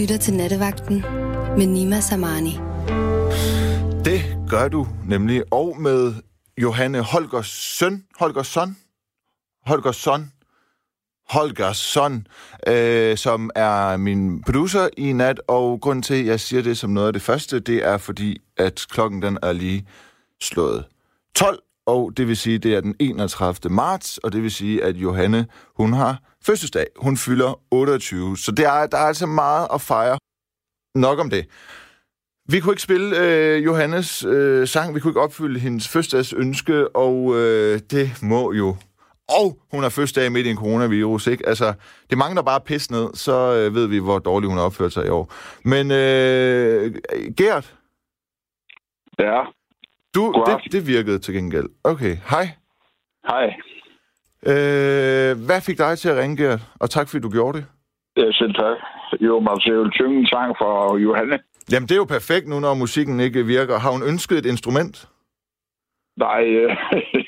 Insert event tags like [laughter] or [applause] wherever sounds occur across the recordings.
lytter til Nattevagten med Nima Samani. Det gør du nemlig, og med Johanne Holgers søn, Holgersson, Holgersson, Holgersson, øh, som er min producer i nat, og grund til, at jeg siger det som noget af det første, det er fordi, at klokken den er lige slået 12, og det vil sige, det er den 31. marts, og det vil sige, at Johanne, hun har fødselsdag. Hun fylder 28, så det er, der er altså meget at fejre. Nok om det. Vi kunne ikke spille øh, Johannes øh, sang, vi kunne ikke opfylde hendes fødselsdags ønske, og øh, det må jo. Og hun har fødselsdag midt i en coronavirus, ikke? Altså, det mangler bare pis ned, så øh, ved vi, hvor dårlig hun har opført sig i år. Men øh, Gert, Ja, du, God det, aften. det virkede til gengæld. Okay, hej. hej. Øh, hvad fik dig til at ringe, Gert? Og tak, fordi du gjorde det. Ja, selv tak. Jo, man skal jo synge en sang fra Johanne. Jamen, det er jo perfekt nu, når musikken ikke virker. Har hun ønsket et instrument? Nej, øh,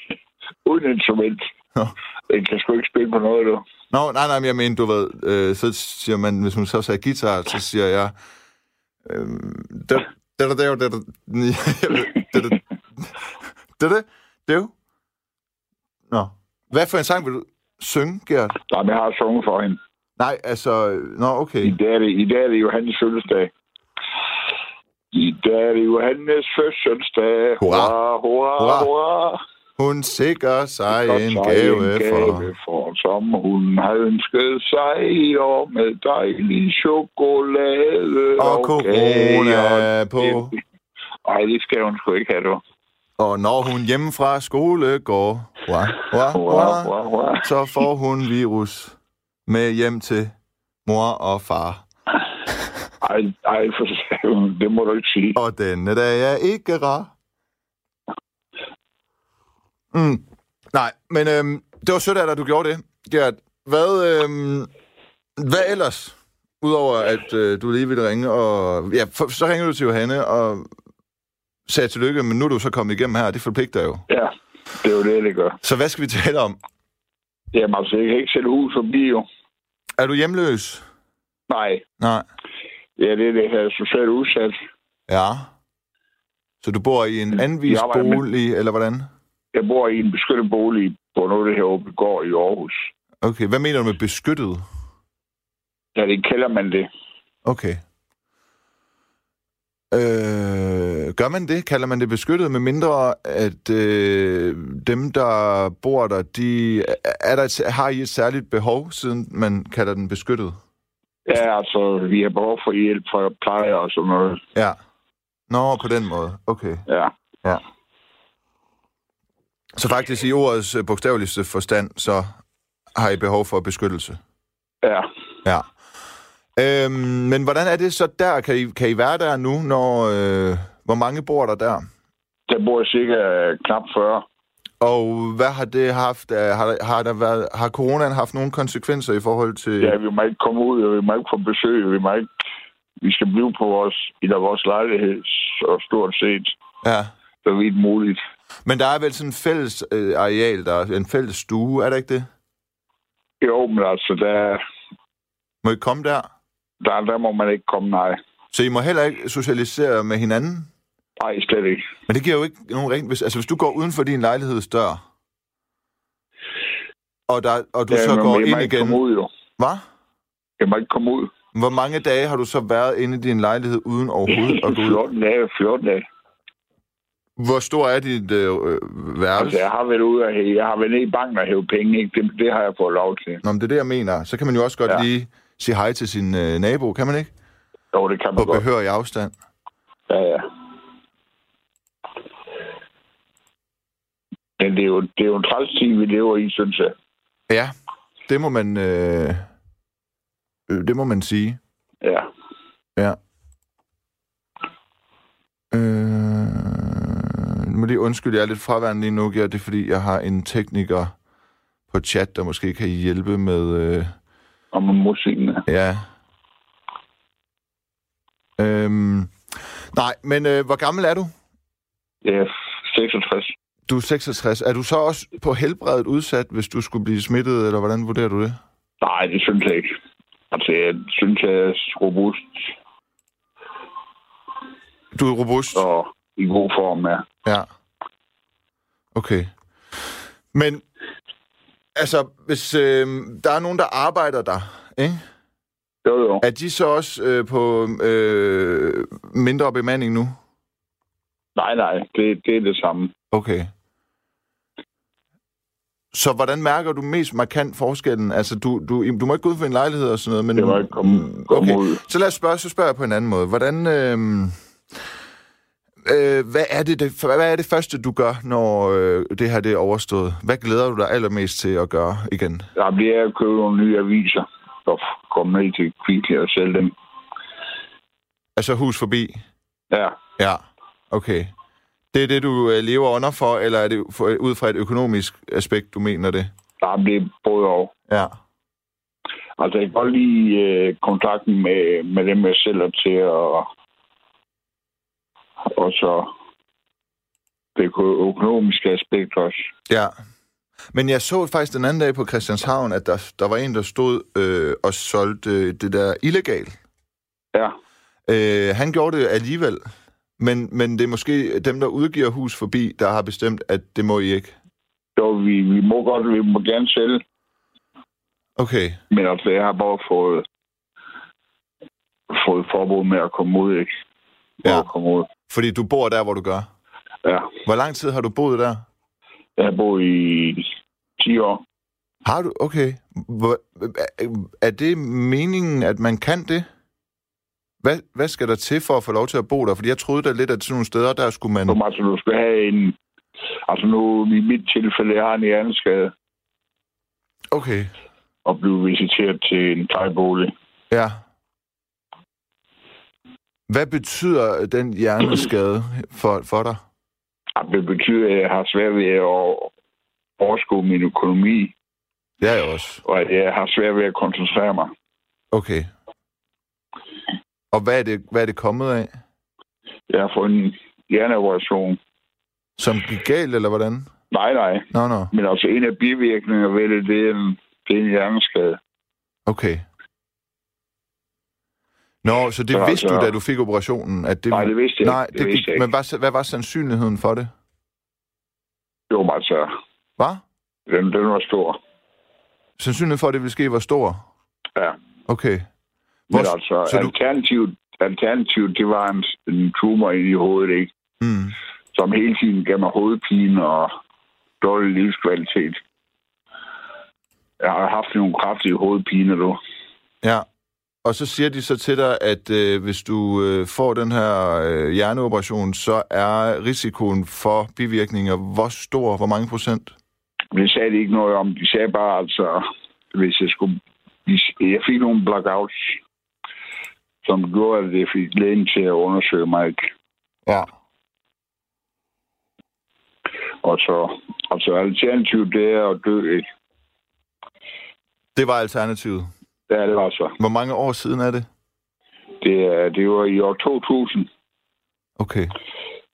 [laughs] uden instrument. Nå. Den kan sgu ikke spille på noget, du. Nå, nej, nej, men jeg mener, du ved, øh, så siger man, hvis hun så sagde guitar, så siger jeg... Øh, da- da- da- da- da- da- jeg ved- da- [laughs] da- da- da- da- da- Nå. Hvad for en sang vil du synge, Gert? Nej, men jeg har sunget for hende. Nej, altså... øh, Nå, okay. I dag er det, i dag er det Johannes fødselsdag. I dag er det Johannes fødselsdag. Hurra. hurra, Hurra. hurra. hurra. Hun sikrer Og sig en så gave for... for, som hun har ønsket sig i år med dejlig chokolade Og corona på... Nej, det skal hun sgu ikke have, du. Og når hun hjemme fra skole går... Hurra, hurra, Hurra, hurra. hurra, hurra. så får hun virus med hjem til mor og far. Ej, ej, for satan, det må du ikke sige. Og denne dag er ikke rar. Mm. Nej, men øhm, det var sødt af dig, at du gjorde det, Gert. Hvad, øhm, hvad ellers? Udover at øh, du lige ville ringe, og ja, for, så ringede du til Johanne og sagde tillykke, men nu er du så kommet igennem her, og det forpligter jo. Ja, det er jo det, det gør. Så hvad skal vi tale om? Jamen altså, jeg kan ikke sælge hus og bil, jo. Er du hjemløs? Nej, Nej. ja, det er det her socialt udsat. Ja. Så du bor i en anvist Mm. arbejder med- bolig, eller hvordan? Jeg bor i en beskyttet bolig på noget, af det her åbne gård i Aarhus. Okay, hvad mener du med beskyttet? Ja, det kalder man det. Okay. Øh, gør man det? Kalder man det beskyttet, med mindre at øh, dem, der bor der, de, er der et, har I et særligt behov, siden man kalder den beskyttet? Ja, altså, vi har behov for hjælp fra plejer og sådan noget. Ja. Nå, på den måde. Okay. Ja, Ja. Så faktisk i ordets øh, bogstaveligste forstand, så har I behov for beskyttelse? ja. Ja. Øhm, men hvordan er det så der? Kan I, kan I være der nu, når... Øh, hvor mange bor der der? Der bor cirka øh, knap 40. Og hvad har det haft? af- Har, har, der været, har coronaen haft nogle konsekvenser i forhold til... Ja, vi må ikke komme ud, og vi må ikke få besøg, og vi må ikke... Vi skal blive på vores, i der vores lejlighed, og stort set, ja. så vidt muligt. Men der er vel sådan en fælles øh, areal, der er en fælles stue, er der ikke det? Jo, men altså, der, Må I komme der? der, der må man ikke komme, nej. Så I må heller ikke socialisere med hinanden? Nej, slet ikke. Men det giver jo ikke nogen rent... Hvis, altså, hvis du går uden for din lejlighedsdør, og, der, og du ja, så men går jeg må ind ikke igen... komme ud, jo. Hvad? Jeg må ikke komme ud. Hvor mange dage har du så været inde i din lejlighed uden overhovedet [laughs] at gå ud? 14 dage, 14 dage. Hvor stor er dit øh, øh, værelse? Altså, jeg har været ude og hæ- jeg har været nede i banken og hæve penge, ikke? Det, det har jeg fået lov til. Nå, men det er det, jeg mener. Så kan man jo også godt ja. Ja. lige sige hej til sin øh, nabo, kan man ikke? Jo, det kan man På godt. behørig afstand. Ja, ja. Men det er jo, det er jo en træls tid, vi lever i, synes jeg. Ja, det må man... Øh, øh, det må man sige. Ja. Ja. Øh, nu må lige undskylde, jeg er lidt fraværende lige nu, Gjert. Det er, fordi jeg har en tekniker på chat, der måske kan hjælpe med... Øh, Og med musikken. ja. Ja. Øhm, nej, men øh, hvor gammel er du? Ja, 66. Du er 66. Er du så også på helbredet udsat, hvis du skulle blive smittet, eller hvordan vurderer du det? Nej, det synes jeg ikke. Altså, jeg synes, jeg er robust Du er robust. og i god form, ja. Ja. Okay. Men, altså, hvis øh, der er nogen, der arbejder der, ikke? Jo, jo. er de så også øh, på øh, mindre bemanding nu? Nej, nej, det, det er det samme. Okay. Så hvordan mærker du mest markant forskellen? Altså, du, du, du må ikke gå ud for en lejlighed og sådan noget, men... Det må ikke komme, komme Mm, okay. ud. Så lad os spørge, så spørger jeg på en anden måde. Hvordan, øh, øh, hvad, er det, det, hvad er det første, du gør, når øh, det her det er overstået? Hvad glæder du dig allermest til at gøre igen? Der bliver jeg købt nogle nye aviser og f- komme ned til Kvickly og sælge dem. Altså hus forbi? Ja, Ja, okay. Det er det, du øh, lever under for, eller er det for, ud fra et økonomisk aspekt, du mener det? der bliver både og. Ja, Altså, jeg kan godt lide øh, kontakten med, med dem, jeg sælger til, og, og så det øko- økonomiske aspekt også. ja. Men jeg så faktisk den anden dag på Christianshavn, at der, der var en, der stod øh, og solgte øh, det der illegalt. Ja, Øh, han gjorde det alligevel, men, men det er måske dem, der udgiver hus forbi, der har bestemt, at det må I ikke. jo, vi, vi må godt, vi må gerne sælge, Okay, men altså, jeg har bare fået, fået forbud med at komme ud, ikke? Med Ja. At komme ud. fordi du bor der, hvor du gør. Ja, Hvor lang tid har du boet der? jeg har boet i 10 år. Har du? Okay. Hvor, er- er det meningen, at man kan det? Hvad, hvad skal der til for at få lov til at bo der? Fordi jeg troede da lidt, at sådan nogle steder, der skulle man... Nu, altså, du skal have en... Altså nu, i mit tilfælde, jeg har en hjerneskade Okay, og blive visiteret til en plejebolig. ja. Hvad betyder den hjerneskade for, for dig? Jamen, Det betyder, at jeg har svært ved at overskue min økonomi, Det er jeg også. og at jeg har svært ved at koncentrere mig. Okay. Og hvad er det, hvad er det kommet af? Jeg har fået en hjerneoperation. Som gik galt, eller hvordan? Nej, nej. Nå, nå. Men altså, en af bivirkninger ved det, det er en, det er en hjerneskade. Okay. Nå, så det Så- vidste du, så- da du fik operationen, at det... Nej, det vidste jeg Nej, ikke. det gik, vidste jeg men ikke. hvad, s- hvad var sandsynligheden for det? Jo, men altså, Hvad? den, den var stor. Sandsynligheden for, at det ville ske, var stor? Ja. Okay. Men Hvor- altså, så du- alternativet, alternativet, det var en, en tumor inde i hovedet, ikke? Mm. som hele tiden gav mig hovedpine og dårlig livskvalitet. Jeg har haft nogle kraftige hovedpiner nu. Ja. Og så siger de så til dig, at øh, hvis du øh, får den her øh, hjerneoperation, så er risikoen for bivirkninger hvor stor? Hvor mange procent? Det sagde de ikke noget om. De sagde bare, altså, hvis jeg skulle... hvis- Jeg fik nogle blackouts, som gjorde, at jeg fik lægen til at undersøge mig. ikke? Ja. Og så, altså, alternativet, det er at dø, ikke? Det var alternativet. Det er det altså. Hvor mange år siden er det? Det, er, det var i år 2000, Okay.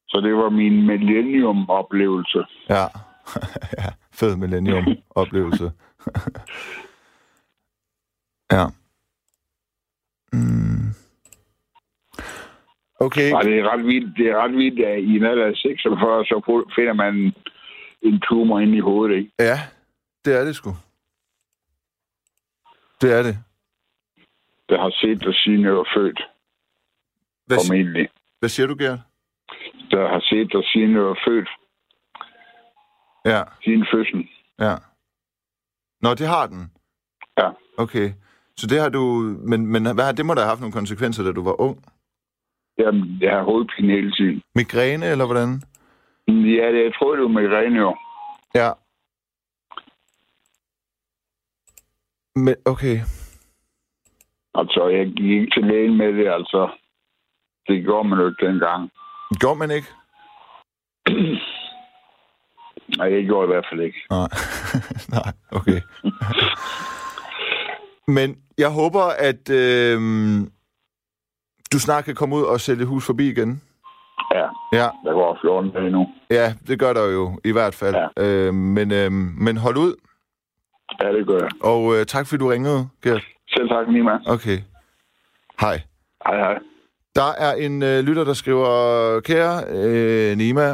så det var min millennium-oplevelse. Ja. [laughs] ja. Fed millennium-oplevelse. [laughs] ja. Mm. Okay. Og det er ret vildt, det er ret vildt at i en alder af 46, så fu- finder man en tumor inde i hovedet, ikke? Ja, det er det sgu. Det er det. Der har set dig siden jeg var født, Hvad, si- formentlig. hvad siger du, Gert? Der har set dig siden jeg var født, Ja, siden fødslen. ja. Nå, det har den. Ja. Okay. Så det har du... Men, men hvad har, det må da have haft nogle konsekvenser, da du var ung. Jamen, jeg har hovedpine hele tiden. Migræne, eller hvordan? Men Ja, det, jeg tror, det var migræne, jo. Ja. Men, okay. Altså, jeg gik ikke til lægen med det, altså. Det gjorde man jo ikke dengang. Gjorde man ikke? Nej, jeg gjorde i hvert fald ikke. Nej. [laughs] Nej, okay. [laughs] Men jeg håber, at øh, du snart kan komme ud og sælge hus forbi igen. Ja, Ja, der går 14 dage nu. ja det gør der jo i hvert fald. Ja. Øh, men, øh, men hold ud, Ja, det gør jeg. og øh, tak fordi du ringede, Gert. Selv tak, Nima. Okay. Hej. Hej, hej. Der er en øh, lytter, der skriver, kære øh, Nima,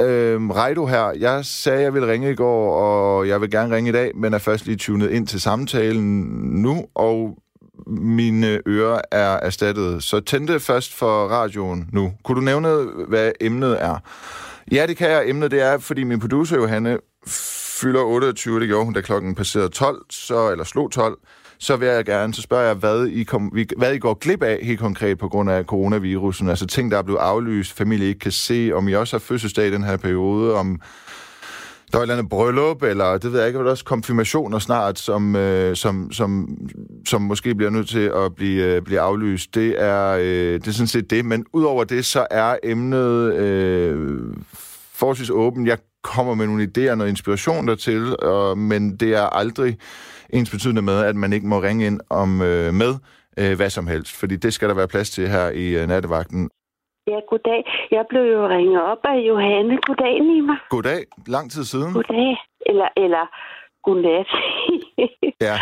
øh, Reido her, jeg sagde, jeg ville ringe i går, og jeg vil gerne ringe i dag, men er først lige tunet ind til samtalen nu, og mine ører er erstattet. Så tændte først for radioen nu. Kunne du nævne, hvad emnet er? Ja, det kan jeg. Emnet det er, fordi min producer Johanne fylder 28, det gjorde hun, da klokken passerede 12, så, eller slog 12. Så vil jeg gerne, så spørger jeg, hvad I, kom, vi- hvad I går glip af helt konkret på grund af coronavirusen. Altså ting, der er blevet aflyst, familie ikke kan se, om I også har fødselsdag i den her periode, om der er et eller andet bryllup, eller det ved jeg ikke, der er også konfirmationer snart, som, øh, som, som, som måske bliver nødt til at blive, øh, blive aflyst. Det er, øh, det er sådan set det, men udover det, så er emnet øh, forholdsvis åbent. Jeg kommer med nogle idéer og noget inspiration dertil, og, men det er aldrig ens betydende med, at man ikke må ringe ind om øh, med øh, hvad som helst, fordi det skal der være plads til her i øh, nattevagten. Ja, goddag. Jeg blev jo ringet op af Johanne. Goddag, Nima. Goddag, lang tid siden. Goddag. Eller, eller godnat. [laughs] Ja,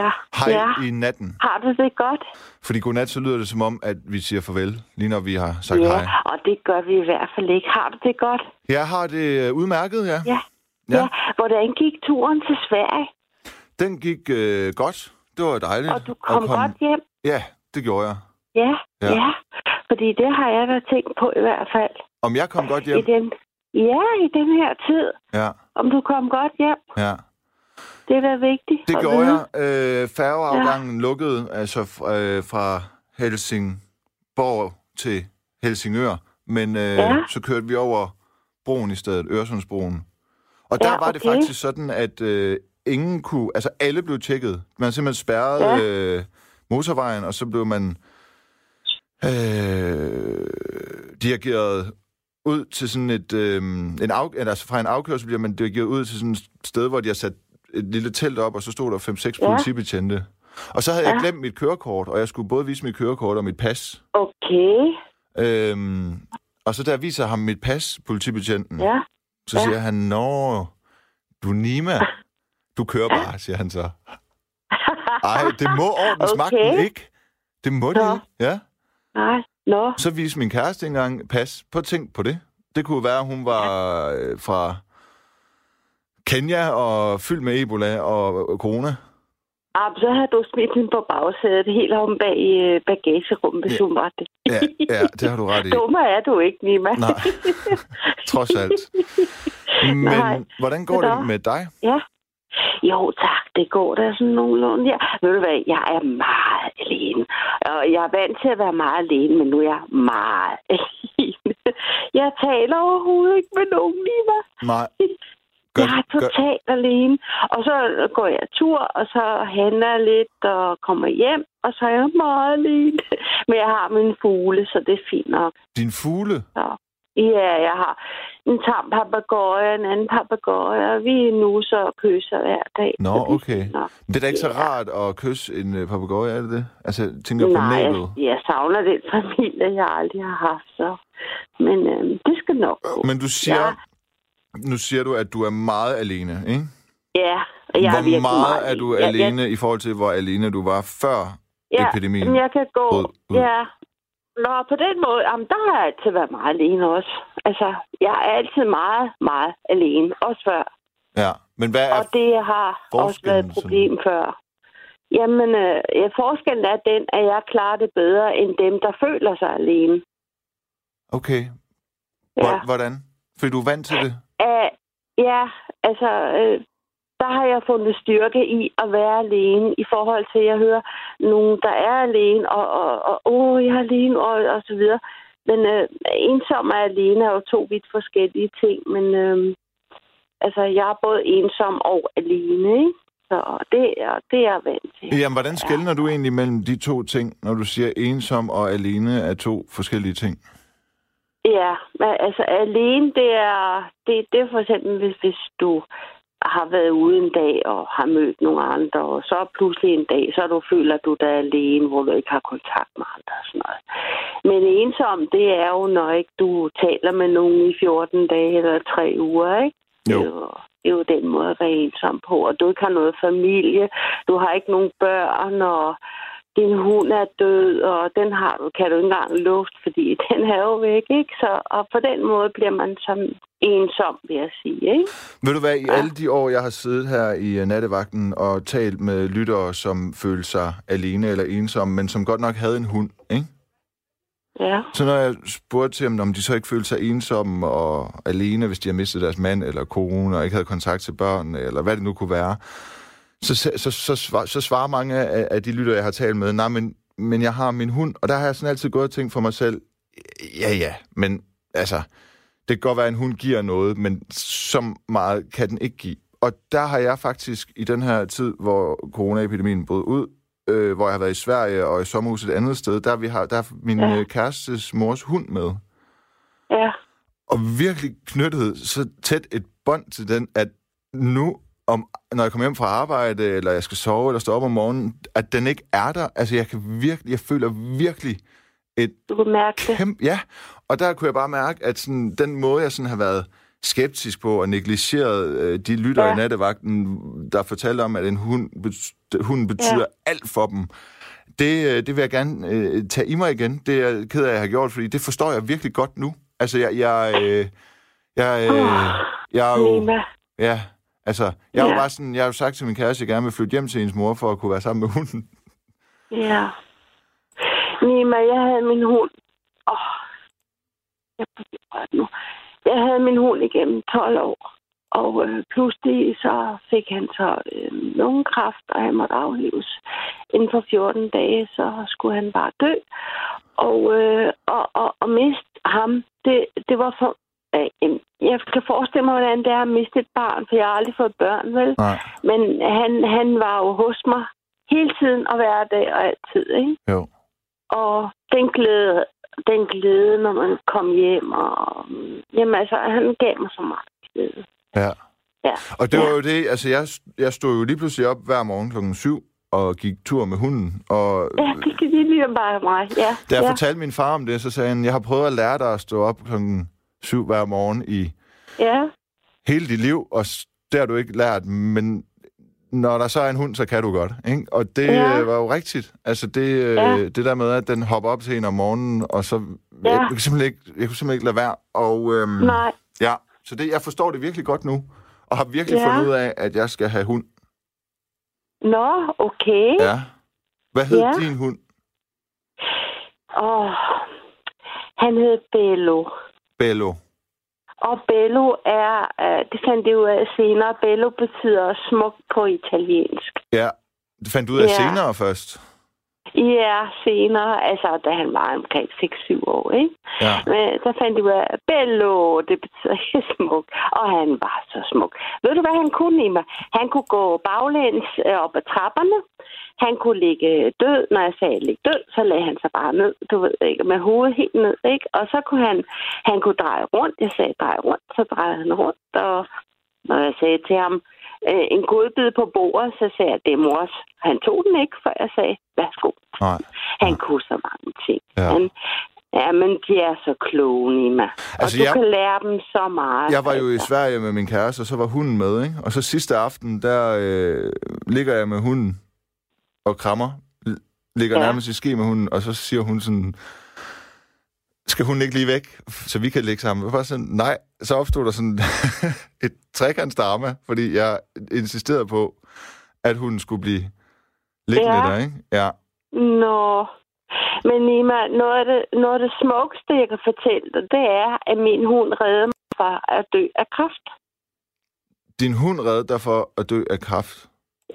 ja. hej ja. i natten. Har du det godt? Fordi godnat, så lyder det som om, at vi siger farvel, lige når vi har sagt ja, hej. og det gør vi i hvert fald ikke. Har du det godt? Jeg har det øh, udmærket, ja. Ja. Ja. Hvordan gik turen til Sverige? Den gik øh, godt. Det var dejligt. Og du at kom, komme- godt hjem? Ja, det gjorde jeg. Ja, Ja. ja, ja. Fordi det har jeg da tænkt på i hvert fald. Om jeg kom godt I hjem? den, ja, i den her tid. Ja, Om du kom godt hjem, ja. det er da vigtigt. Det at gjorde vide. jeg. Øh, færgeafgangen ja. lukkede altså f- øh, fra Helsingborg til Helsingør, men øh, ja. Ja. så kørte vi over broen i stedet, Øresundsbroen. Og der Ja, var det okay. faktisk sådan, at øh, ingen kunne, altså alle blev tjekket. Man simpelthen spærrede ja. Ja. øh, motorvejen, og så blev man øh, dirigeret ud til sådan et... Øh, en af, altså fra en afkørsel bliver man dirigeret ud til sådan et sted, hvor de har sat et lille telt op, og så stod der 5-6 ja. Ja. politibetjente. Og så havde ja. jeg Ja. glemt mit kørekort, og jeg skulle både vise mit kørekort og mit pas. Okay, Øhm, og så der viser ham mit pas, politibetjenten. ja. Så Ja. siger han, Nå, du er Nima. Du kører bare, siger han så. Ej, det må ordensmagten okay. Okay. ikke. Det må det Nå. ikke. Ja. Nej, nå. Så viste min kæreste engang pas. Prøv at tænk på det. Det kunne være, at hun var øh, fra Kenya og fyldt med Ebola og corona. Ah, så havde du smidt hende på bagsædet helt om bag i øh, bagagerummet, hvis Ja. ja. hun var det. Ja, ja, det har du ret i. Dummer er du ikke, Nima. [laughs] Nej, trods alt. Men Nej. hvordan går Nå. det med dig? Jo tak, det går da sådan nogenlunde. Ja. Ved du hvad, jeg er meget alene. Og jeg er vant til at være meget alene, men nu er jeg meget [laughs] alene. Jeg taler overhovedet ikke med nogen, Nima. [laughs] Nej. Gør, jeg er totalt gør. alene. Og så går jeg tur, og så handler jeg lidt og kommer hjem, og så er jeg meget alene. [laughs] Men jeg har mine fugle, så det er fint nok. din fugle. Ja, jeg har en tam papegøje, en anden papegøje, og vi nusser og kysser hver dag. Nå, så det er okay. fint nok. Det er da ikke så Ja. rart at kysse en øh, papegøje, er det det? Altså, jeg tænker på Nej, næbet. jeg, jeg savner den familie, jeg aldrig har haft, så... Men øhm, det skal nok gå. Men du siger, ja. nu siger du, at du er meget alene, ikke? Ja, og jeg er hvor virkelig meget er du Jeg- jeg- alene i forhold til, hvor alene du var før Ja, epidemien? Jamen, jeg kan gå. brød ud? Ja. Nå, på den måde, jamen, der har jeg altid været meget alene også. Altså, jeg er altid meget, meget alene, også før. Ja, men hvad er... Og det har også forskellen været et problem før. Jamen, øh, ja, forskellen er den, at jeg klarer det bedre end dem, der føler sig alene. Okay, Ja, Hvor, hvordan? Fordi du er vant til det? At, ja altså, øh, der har jeg fundet styrke i at være alene, i forhold til, at jeg hører nogen, der er alene, og, og, og åh, jeg er alene, og, og så videre. Men øh, ensom og alene er jo to vidt forskellige ting, men øh, altså, jeg er både ensom og alene, ikke? Så det, er- det er jeg vant til. Jamen, hvordan skældner du egentlig mellem de to ting, når du siger ensom og alene er to forskellige ting? Ja, men altså alene, det er, det, det er for eksempel, hvis, hvis du har været ude en dag og har mødt nogle andre, og så pludselig en dag, så du føler du dig alene, hvor du ikke har kontakt med andre og sådan noget. Men ensom, det er jo, når ikke du taler med nogen i 14 dage eller 3 uger, ikke? Jo. Det er Det er jo den måde at være ensom på, og du ikke har noget familie, du har ikke nogen børn, og din hund er død, og den har du, kan du ikke engang luft, fordi [laughs] den er jo væk, ikke? Så, og på den måde bliver man som ensom, vil jeg sige, ikke? Ved du hvad, i alle de år, jeg har siddet her i øh, nattevagten og talt med lyttere, som følte sig alene eller ensomme, men som godt nok havde en hund, ikke? Ja. Så når jeg spurgte til dem, om de så ikke følte sig ensomme og alene, hvis de havde mistet deres mand eller kone, og ikke havde kontakt til børn, eller hvad det nu kunne være, så, så, så, så, svar, så svarer mange af, af de lytter, jeg har talt med, nej, men, men jeg har min hund, og der har jeg sådan altid gået og tænkt for mig selv, ja, ja, men altså, det kan godt være, at en hund giver noget, men så meget kan den ikke give. Og der har jeg faktisk i den her tid, hvor coronaepidemien brød ud, øh, hvor jeg har været i Sverige og i sommerhuset et andet sted, der, vi har, der er min Ja. ja. kærestes mors hund med. Ja. Og virkelig knyttet så tæt et bånd til den, at nu, om, når jeg kommer hjem fra arbejde, eller jeg skal sove, eller stå op om morgenen, at den ikke er der. Altså, jeg kan virkelig, jeg føler virkelig, Du kunne mærke det. kæmpe, ja. Og der kunne jeg bare mærke, at sådan, den måde, jeg sådan har været skeptisk på og negligeret øh, de lytter ja. Ja. i nattevagten, der fortalte om, at en hund, bet- hunden betyder ja. alt for dem. Det, øh, det vil jeg gerne øh, tage i mig igen. Det er jeg ked af, at jeg har gjort, fordi det forstår jeg virkelig godt nu. Altså, jeg... jeg, øh, jeg, øh, jeg er jo... Nima. Ja, altså, jeg har jo Ja. bare sådan, jeg har jo sagt til min kæreste, at jeg gerne vil flytte hjem til hendes mor for at kunne være sammen med hunden. Ja. Nima, jeg havde min hund. Åh, jeg bliver rørt nu. Jeg havde min hund igennem 12 år. Og øh, pludselig så fik han så øh, lungekræft, og han måtte aflives. Inden for 14 dage, så skulle han bare dø. Og, øh, og, og, og miste ham, det, det var for... Øh, jamen, jeg kan forestille mig, hvordan det er at miste et barn, for jeg har aldrig fået børn, vel? Nej, Men han, han var jo hos mig hele tiden og hver dag og altid, ikke? jo. Og den glæde, den glæde, når man kom hjem, og... Jamen altså, han gav mig så meget glæde. Ja. Ja. Og det ja. var jo det, altså jeg, jeg stod jo lige pludselig op hver morgen klokken 7 og gik tur med hunden, og Ja, det kan de lige bare mig, ja. da jeg ja. fortalte min far om det, så sagde han, jeg har prøvet at lære dig at stå op klokken 7 hver morgen i ja. hele dit liv, og s- det har du ikke lært, men når der så er en hund, så kan du godt, ikke? Og det Ja. ja. var jo rigtigt. Altså det, Ja. ja. det der med, at den hopper op til en om morgenen, og så... Ja. Ja. Jeg, kunne simpelthen ikke, jeg kunne simpelthen ikke lade være, og... Øhm, Nej, Ja, så det, jeg forstår det virkelig godt nu, og har virkelig Ja. ja. fundet ud af, at jeg skal have hund. nå, okay. Ja. Hvad hed Ja. ja. din hund? Og han hed Bello. Bello. Og Bello er, øh, det fandt jeg ud af senere, Bello betyder smuk på italiensk. Ja, det fandt du ud af Ja. ja. senere først. Ja, senere, altså da han var omkring 6-7 år, ikke? Ja. Men så fandt de ud af, Bello, det betyder [laughs] smuk. Og han var så smuk. Ved du, hvad han kunne i mig? Han kunne gå baglæns øh, op ad trapperne. Han kunne ligge død. Når jeg sagde, ligge død, så lagde han sig bare ned, du ved ikke, med hovedet helt ned, ikke? Og så kunne han, han kunne dreje rundt. Jeg sagde, drej rundt, så drejede han rundt. Og når jeg sagde til ham, øh, en godbid på bordet, så sagde jeg, det er mors. Han tog den ikke, før jeg sagde, værsgo. Nej. Han kunne så mange ting. Ja. Han, ja, men de er så kloge, Nima. Altså, Altså, og du jeg, jeg- kan lære dem så meget. Jeg var jo i altså. Sverige med min kæreste, og så var hunden med, ikke? Og så sidste aften, der øh, ligger jeg med hunden og krammer. L- Ligger Ja. ja. nærmest i ske med hunden, og så siger hun sådan, skal hun ikke lige væk, så vi kan ligge sammen? Jeg var sådan, nej. Så opstod der sådan [laughs] et trekantsdrama, fordi jeg insisterede på, at hunden skulle blive liggende Ja. ja. der, ikke? Ja. Nå. Men Nima, noget af, det, noget af det smukkeste, jeg kan fortælle dig, det er, at min hund redder mig fra at dø af kræft. Din hund redder dig for at dø af kraft.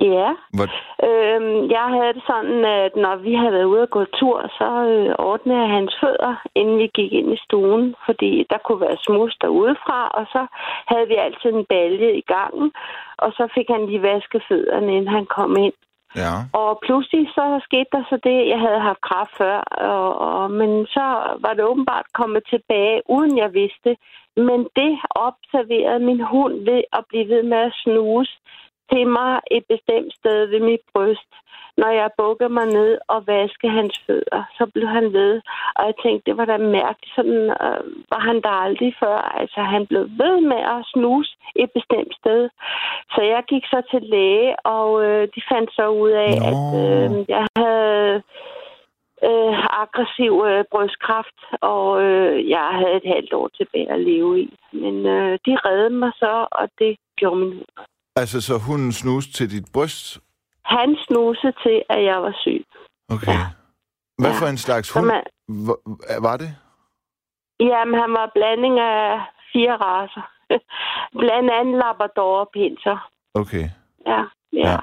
Ja. Hvor... Øhm, jeg havde det sådan, at når vi havde været ude og gå tur, så øh, ordnede jeg hans fødder, inden vi gik ind i stuen, fordi der kunne være smus derudefra, og så havde vi altid en balje i gangen, og så fik han lige vasket fødderne, inden han kom ind. Ja. Og pludselig så skete der så det, jeg havde haft kraft før, og, og, men så var det åbenbart kommet tilbage, uden jeg vidste. Men det observerede min hund ved at blive ved med at snuse til mig et bestemt sted ved mit bryst. Når jeg bukkede mig ned og vaskede hans fødder, så blev han ved. Og jeg tænkte, det var da mærkeligt. Sådan øh, var han der aldrig før. Altså, han blev ved med at snuse et bestemt sted. Så jeg gik så til læge, og øh, de fandt så ud af, Nå. at øh, jeg havde øh, aggressiv øh, brystkræft, og øh, jeg havde et halvt år tilbage at leve i. Men øh, de reddede mig så, og det gjorde min hund. Altså, så hunden snus til dit bryst? Han snusede til, at jeg var syg. Okay. Ja. Ja. Hvad Ja. for en slags Så hund man, Hvor- var det? jamen, han var blanding af fire raser. [laughs] Blandt andet Labrador og Pinter. Okay. Ja, ja. Ja. ja.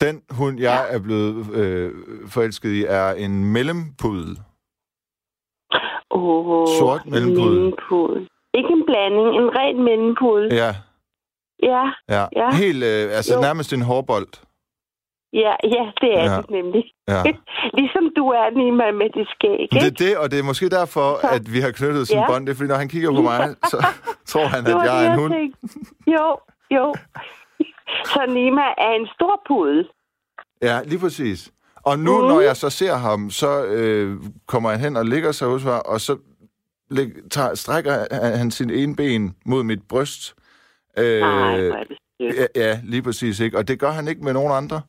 Den hund, jeg er blevet øh, forelsket i, er en mellempudel. Oh, Sort mellempudel. mellempudel. Ikke en blanding, en ren mellempudel. Ja, ja. Ja, ja. Ja. Helt, øh, altså jo. Jo. nærmest en hårbold. ja, ja, det er Ja. ja. det nemlig. Ja. Ligesom du er, Nima, med dit skæg, ikke? Men Det er det, og det er måske derfor, Så- at vi har knyttet sådan en Ja. bånd. Det er, fordi når han kigger på mig, så tror han, at Det var jeg det, er en hund. tænkte. Jo, jo. Så Nima er en stor pude. Ja, lige præcis. Og nu, mm. Mhm. når jeg så ser ham, så øh, kommer han hen og ligger sig hos mig, og så læg, tager, strækker han sin ene ben mod mit bryst. Øh, Nej, hvor er det sødt. ja, ja, lige præcis. ikke. Og det gør han ikke med nogen andre.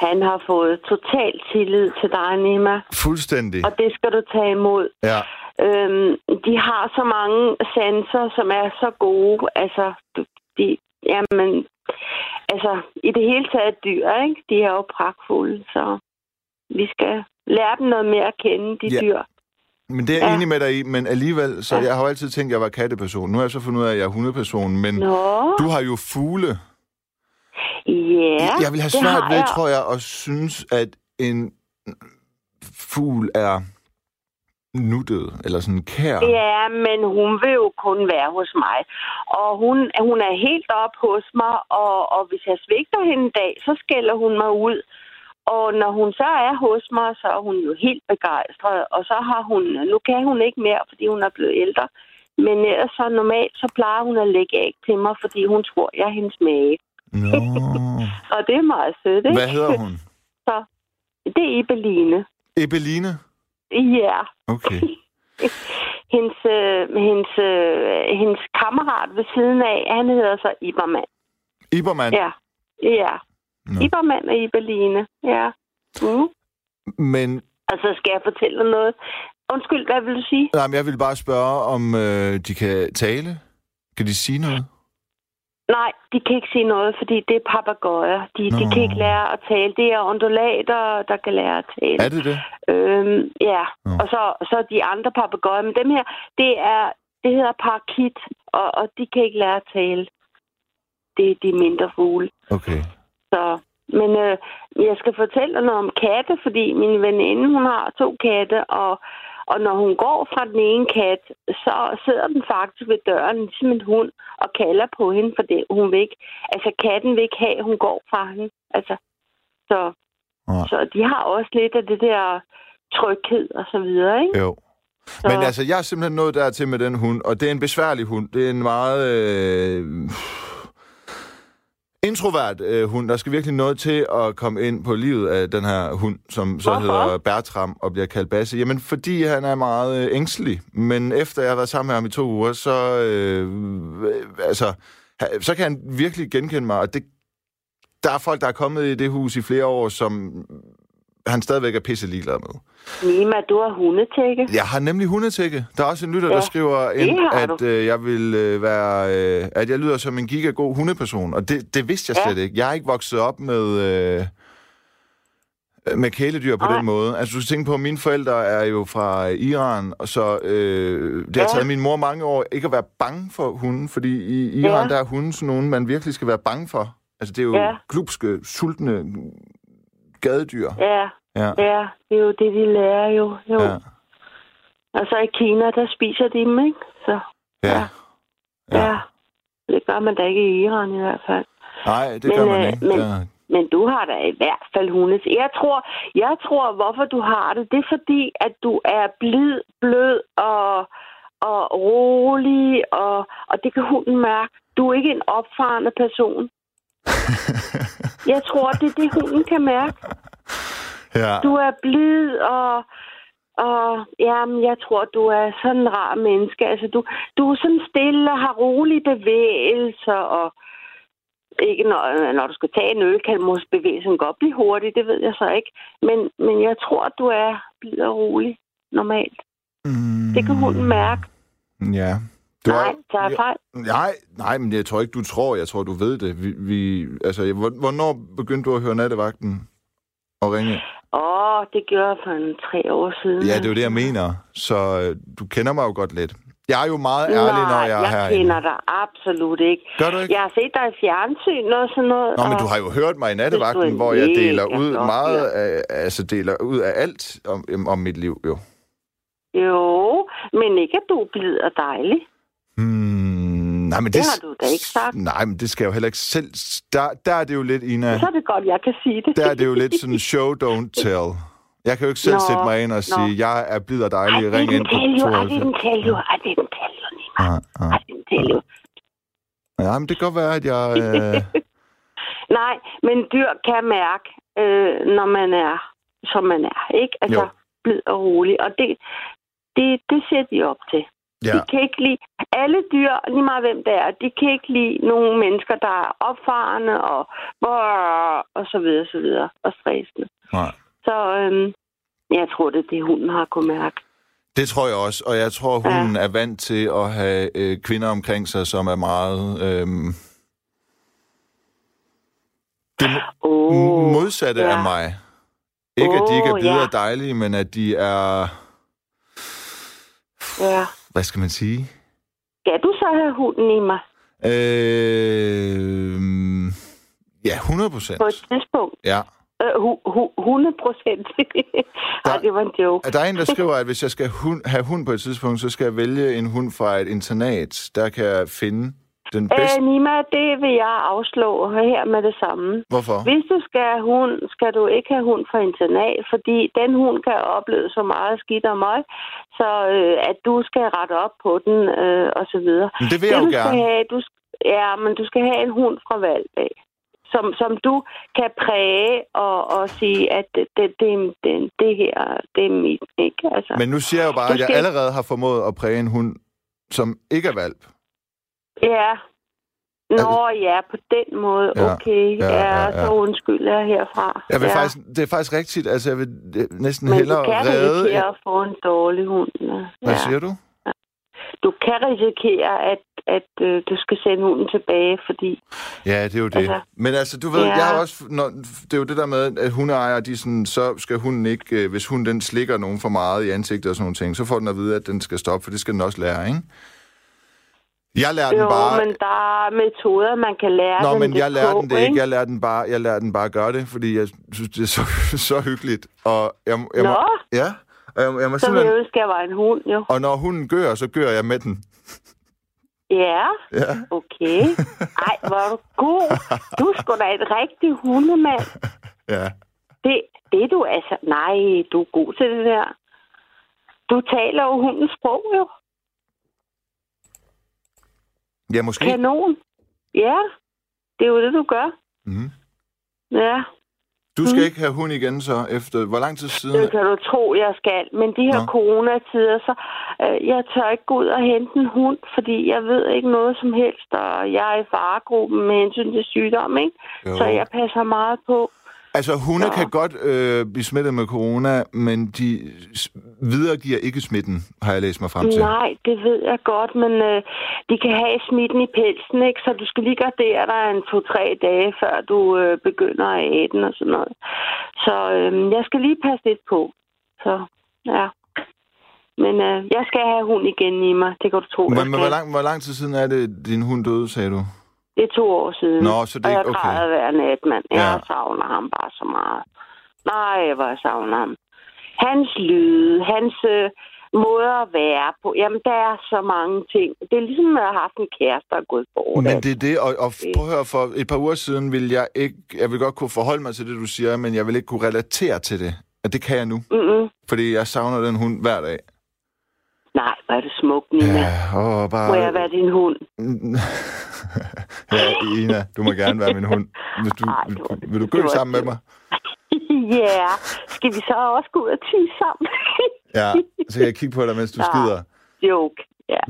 Han har fået total tillid til dig, Nima, Fuldstændig. og det skal du tage imod. Ja, Øhm, de har så mange sanser, som er så gode. Altså, de, jamen, altså, i det hele taget dyr, ikke? De er jo pragtfulde, så vi skal lære dem noget mere at kende, de Ja. ja. dyr. men det er jeg Ja. enig med dig i, men alligevel, så Ja. jeg har jo altid tænkt, at jeg var katteperson. Nu har jeg så fundet ud af, at jeg er hundeperson, men Nå, du har jo fugle. ja. jeg vil have det svært har ved, jeg. tror jeg, at synes, at en fugl er nuttet, eller sådan kær. Ja, men hun vil jo kun være hos mig. Og hun, hun er helt op hos mig, og, og hvis jeg svigter hende en dag, så skælder hun mig ud. Og når hun så er hos mig, så er hun jo helt begejstret. Og så har hun, nu kan hun ikke mere, fordi hun er blevet ældre. Men ellers så normalt, så plejer hun at lægge æg til mig, fordi hun tror, jeg er hendes mage. [laughs] Nå. Og det er meget sødt, ikke? Hvad hedder hun? Det er Ibeline. Ebeline? Ja. Yeah. Okay. hendes, øh, hendes, øh, hendes kammerat ved siden af, han hedder så Ibermann. Ibermann. Ja. Ja. Nå. Ibermann og Iberline. Ja. Mm. Men Og så skal jeg fortælle dig noget. Undskyld, hvad vil du sige? nej, men jeg vil bare spørge, om øh, de kan tale? Kan de sige noget? Nej, de kan ikke sige noget, fordi det er papagøjer. De, de Nå. kan ikke lære at tale. Det er undulater, der kan lære at tale. Er det det? Øhm, ja, Nå. og så, så de andre papegøjer. Men dem her, det er det hedder parakit, og, og de kan ikke lære at tale. Det er de mindre fugle. Okay. Så, men øh, jeg skal fortælle dig noget om katte, fordi min veninde, hun har to katte, og, og når hun går fra den ene kat, så sidder den faktisk ved døren, ligesom en hund, og kalder på hende, for det, hun vil ikke, altså katten vil ikke have, at hun går fra hende. Altså, så, Nej. så de har også lidt af det der tryghed og så videre, ikke? Jo. Så, Men altså, jeg er simpelthen nået dertil med den hund, og det er en besværlig hund. Det er en meget øh, introvert øh, hund. Der skal virkelig noget til at komme ind på livet af den her hund, som så Hvorfor? Hvorfor? hedder Bertram og bliver kaldt Basse. Jamen, fordi han er meget øh, ængstelig. Men efter jeg har været sammen med ham i to uger, så, øh, øh, altså, ha- så kan han virkelig genkende mig. Og det, der er folk, der er kommet i det hus i flere år, som han stadigvæk er pisse ligeglad med. Nima, du har hundetække. Jeg har nemlig hundetække. Der er også en lytter, ja, Ja, der skriver, ind, har at du. øh, jeg vil øh, være, øh, at jeg lyder som en gigagod hundeperson, og det, det vidste jeg Ja. slet ikke. Jeg er ikke vokset op med øh, med kæledyr på Nej. den måde. Altså du skal tænke på, at mine forældre er jo fra Iran, og så øh, det har Ja. taget min mor mange år ikke at være bange for hunden, fordi i Ja. Iran der er hunde sådan nogen, man virkelig skal være bange for. Altså det er jo ja. Ja. klubske, sultne gadedyr. Ja, Ja. ja, det er jo det, de lærer jo. jo. Ja. Og så i Kina, der spiser de dem, ikke? Så, ja. Ja. Ja. ja. Det gør man da ikke i Iran i hvert fald. Nej, det Men, gør man øh, ikke. men- Der- Men du har da i hvert fald hundes. Jeg tror, jeg tror, hvorfor du har det, det er fordi, at du er blid, blød og, og rolig, og, og det kan hunden mærke. Du er ikke en opfarende person. Jeg tror, det er det, hunden kan mærke. Ja. Du er blid, og, og jamen, jeg tror, du er sådan en rar menneske. Altså, du, du er sådan stille og har rolige bevægelser, og ikke når, når du skal tage en øl, kan måske bevægelsen godt blive hurtig, det ved jeg så ikke. Men, men jeg tror, du er blid og rolig normalt. Mm, Det kan hunden mærke. Ja. Du Du er- Nej, tager jeg fejl. Nej, nej, men jeg tror ikke, du tror. Jeg tror, du ved det. Vi, vi, altså, jeg- hvor- hvornår begyndte du at høre nattevagten og ringe? Åh, det gjorde jeg for en tre år siden. Ja, det er jo det, jeg mener. Så øh, du kender mig jo godt lidt. Jeg er jo meget ærlig, Nej, når jeg er jeg herinde. kender dig absolut ikke. Gør du ikke? Jeg har set dig i fjernsyn og sådan noget. Nå, men og... du har jo hørt mig i Det nattevagten, stod hvor jeg mega deler ud godt, meget af, altså deler ud af alt om, om mit liv, jo. Jo, men ikke at du er blid og dejlig. Hmm, nej, men det, har du da ikke sagt. Nej, men det skal jeg jo heller ikke selv... Der, der er det jo lidt, Ina... Så er det godt, jeg kan sige det. der er det jo lidt sådan show, don't tell. Jeg kan jo ikke selv Nå, sætte mig ind og sige, jeg er blid og I dejlig, ring ind didn't på tell you, I 92. didn't tell you, I didn't tell you, Nina. Ja, ja. I didn't tell you. ja, men det kan godt være, at jeg... [laughs] Øh, Nej, men dyr kan mærke, øh, når man er, som man er, ikke? Altså, Jo. jo. blid og rolig. Og det, det, det ser de op til. ja, De kan ikke lide... Alle dyr, lige meget hvem det er, de kan ikke lide nogle mennesker, der er opfarende og, og så videre, så videre, og stressende. nej. Så øhm, jeg tror, det er det, hunden har kunne mærke. Det tror jeg også, og jeg tror, hun er vant til at have øh, kvinder omkring sig, som er meget... Øh, det mo- Oh, modsatte ja. af mig. Ikke, at de ikke er Åh, blide ja. og dejlige, men at de er... Ja. Hvad skal man sige? Skal du så have hunden i mig Øh, ja, 100 procent. på et tidspunkt? Ja. Øh, hu- hu- 100 procent. [laughs] Ej, Der- det var en joke. Er der en, der skriver, at hvis jeg skal hund, have hund på et tidspunkt, så skal jeg vælge en hund fra et internat. Der kan jeg finde den bedste. Øh, Nima, det vil jeg afslå her med det samme. Hvorfor? Hvis du skal have hund, skal du ikke have hund fra internat, fordi den hund kan opleve så meget skidt og møg, så øh, at du skal rette op på den øh, og så videre. Men det vil jeg jo du Skal gerne. have, du, sk- ja, men du skal have en hund fra valgdag, som, som du kan præge og, og sige, at det, det, det, er- det, det her, det er mit, ikke? Altså, men... Men nu siger jeg jo bare, Du at jeg skal- allerede har formået at præge en hund, som ikke er valp. Ja. Nå ja, på den måde, Ja, okay. ja, Ja, ja, ja, ja. så undskylder jeg herfra. Jeg vil ja. ja. faktisk, det er faktisk rigtigt. Altså, jeg vil øh, næsten men hellere du kan redde... risikere at få en dårlig hund. Ja. Hvad Ja. siger du? Du kan risikere, at, at øh, du skal sende hunden tilbage, fordi... Ja, det er jo det. Altså, Men altså, du ved, ja. jeg har også... Når, det er jo det der med, at hundeejere, de er sådan, så skal hunden ikke... øh, Hvis hunden den slikker nogen for meget i ansigtet og sådan nogle ting, så får den at vide, at den skal stoppe, for det skal den også lære, ikke? Jeg lærer den Jo, bare... men der er metoder, man kan lære Nå, dem men det jeg lærer på, den det ikke. Jeg lærer den bare, jeg lærer den bare at gøre det, fordi jeg synes, det er så, [laughs] så hyggeligt. Og jeg, jeg må, Nå. ja, og jeg, jeg må Så vil jeg simpelthen... ønske, at jeg var en hund, jo. Og når hunden gør, så gør jeg med den. Ja, Ja. [laughs] okay. Ej, hvor er du god. Du er sgu da en rigtig hundemand. Ja. Det, det er du altså... Nej, du er god til det der. Du taler jo hundens sprog, jo. Ja, måske. Kanon. Ja, det er jo det, du gør. Mhm. Ja, Du skal ikke have hund igen så efter... Hvor lang tid siden? mm. det kan du tro, jeg skal. Men de her Nå. Nå. coronatider, så øh, jeg tør ikke gå ud og hente en hund, fordi jeg ved ikke noget som helst, og jeg er i faregruppen med hensyn til sygdom, ikke? Jo. Så jeg passer meget på. Altså, hunde Nå. kan godt øh, blive smittet med corona, men de s- videregiver ikke smitten, har jeg læst mig frem til. Nej, det ved jeg godt, men øh, de kan have smitten i pelsen, ikke? Så du skal lige gardere dig en to-tre dage, før du øh, begynder at æde den og sådan noget. Så øh, jeg skal lige passe lidt på. Så ja. Men øh, jeg skal have hund igen i mig, det kan du tro. jeg Men, men hvor, skal. lang, hvor lang tid siden er det, din hund døde, sagde du? Det er to år siden. Nå, så det er og jeg ikke- okay. græder hver nat, mand. Ja. Jeg savner ham bare så meget. Nej, hvor jeg savner ham. Hans lyd, hans øh, måde at være på. Jamen, der er så mange ting. Det er ligesom, at jeg har haft en kæreste, der er gået bort. Men det er det, og, og prøv at høre, for et par uger siden ville jeg ikke, jeg vil godt kunne forholde mig til det, du siger, men jeg vil ikke kunne relatere til det. Og det kan jeg nu, Mm-mm. fordi jeg savner den hund hver dag. Nej, hvor er det smukt, Nina. Ja. Ja, åh, bare... Må jeg være din hund? [laughs] [laughs] ja, Ina, du må gerne være min hund. Hvis du, Ej, Ej, det var- vil, vil du det var gø sammen med sødt. mig? Ja, yeah. skal vi så også gå ud og tisse sammen? [laughs] Ja, så kan jeg kigge på dig, mens du Ja. skider. Joke, ja.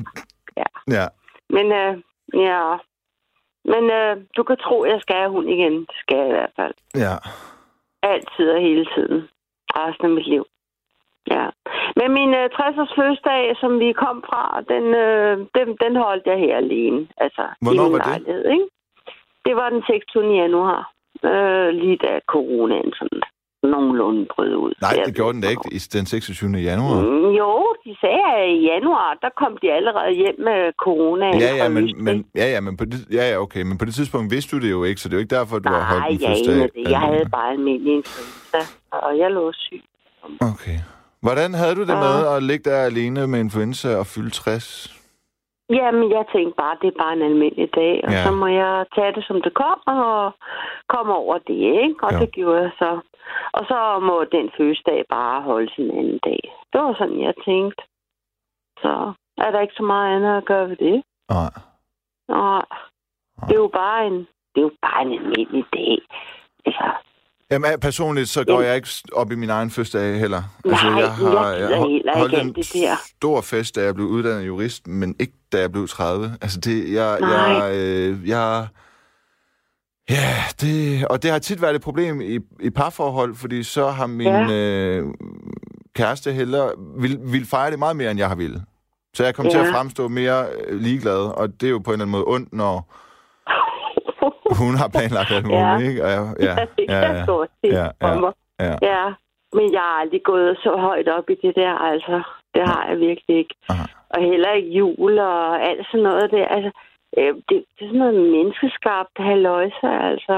Ja, Men, øh, ja. Men øh, du kan tro, jeg skal have hund igen. Det skal jeg i hvert fald. ja. Altid og hele tiden. Resten af mit liv. Ja. Men min øh, 60-års fødselsdag, som vi kom fra, den, øh, den, den holdt jeg her alene. Altså, Hvornår i min var det? lejlighed, det? Ikke? Det var den 26. januar. Øh, lige da coronaen sådan nogenlunde brød ud. Nej, Jeg det gjorde den da ved ikke i- den 26. januar. Mm, jo, de sagde, at i januar, der kom de allerede hjem med corona. Ja, ja, men, men, ja, ja, men på det, ja, ja, okay, men på det tidspunkt vidste du det jo ikke, så det er jo ikke derfor, du har holdt Nej, den jeg første anede det. Jeg havde bare almindelig influenza, og jeg lå syg. Okay. Hvordan havde du det Ah. med at ligge der alene med influenza og fylde 60? Jamen, jeg tænkte bare, det er bare en almindelig dag, og Ja. ja. så må jeg tage det, som det kommer, og komme over det, ikke? Og Jo. jo. det gjorde jeg så. Og så må den fødselsdag bare holde sin anden dag. Det var sådan, jeg tænkte. Så er der ikke så meget andet at gøre ved det. Nej. Og det er jo bare en, det er jo bare en almindelig dag. Altså, Jamen øh, personligt, så går Jamen. jeg ikke op i min egen fødselsdag heller. Mm. Altså, Nej, jeg gider heller ikke holdt alt en det der. stor fest, da jeg blev uddannet jurist, men ikke da jeg blev 30. Altså det, jeg, Nej. jeg, øh, jeg, ja, det, og det har tit været et problem i, i parforhold, fordi så har min Ja. øh, kæreste hellere, vil, vil fejre det meget mere, end jeg har ville. Så jeg kom til Ja. at fremstå mere øh, ligeglad, og det er jo på en eller anden måde ondt, når [laughs] hun har planlagt alt Ja. muligt, ikke? Og jeg, ja, [laughs] det kan ja, jeg ja, godt se Ja, ja. for mig. ja. Ja, men jeg har aldrig gået så højt op i det der, altså. Det har jeg virkelig ikke. Aha. Og heller ikke jul og alt sådan noget der. Altså, øh, det, det er sådan noget menneskeskabt haløjse, altså.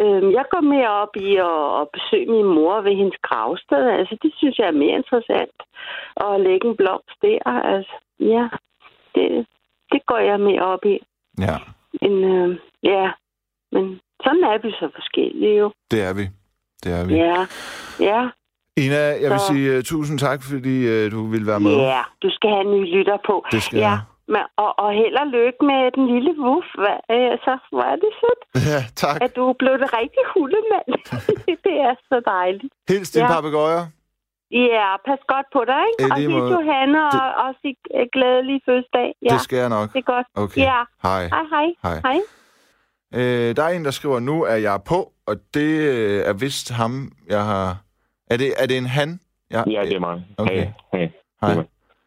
Øh, jeg går mere op i at, at besøge min mor ved hendes gravsted. Altså, det synes jeg er mere interessant. Og at lægge en blomst der, altså. Ja, det, det går jeg mere op i. ja. End, øh, ja, men sådan er vi så forskellige jo. Det er vi. Det er vi. Yeah. Ja, ja. Ina, jeg vil Så- sige uh, tusind tak, fordi uh, du ville være med. Ja, du skal have nye lytter på. Det skal ja. jeg. Men, og, og held og lykke med den lille wuff. Hvad, altså, hvor er det sødt, [laughs] Ja, tak. at du er blevet en rigtig [laughs] hundemand. det er så dejligt. Hils dine Ja. papegøjer. Ja, pas godt på dig, I ikke? Og lige hils måde. Johanne og Det- også i øh, glædelig fødselsdag. Ja, Det skal jeg nok. det er godt. Okay. Ja. Hej. Hej, hej. Hej. Hej. Øh, der er en, der skriver, nu er jeg på, og det øh, er vist ham, jeg har... Er det, er det en han? Ja, Ja, det er mig. Okay. Hey, hey. Hej. mig.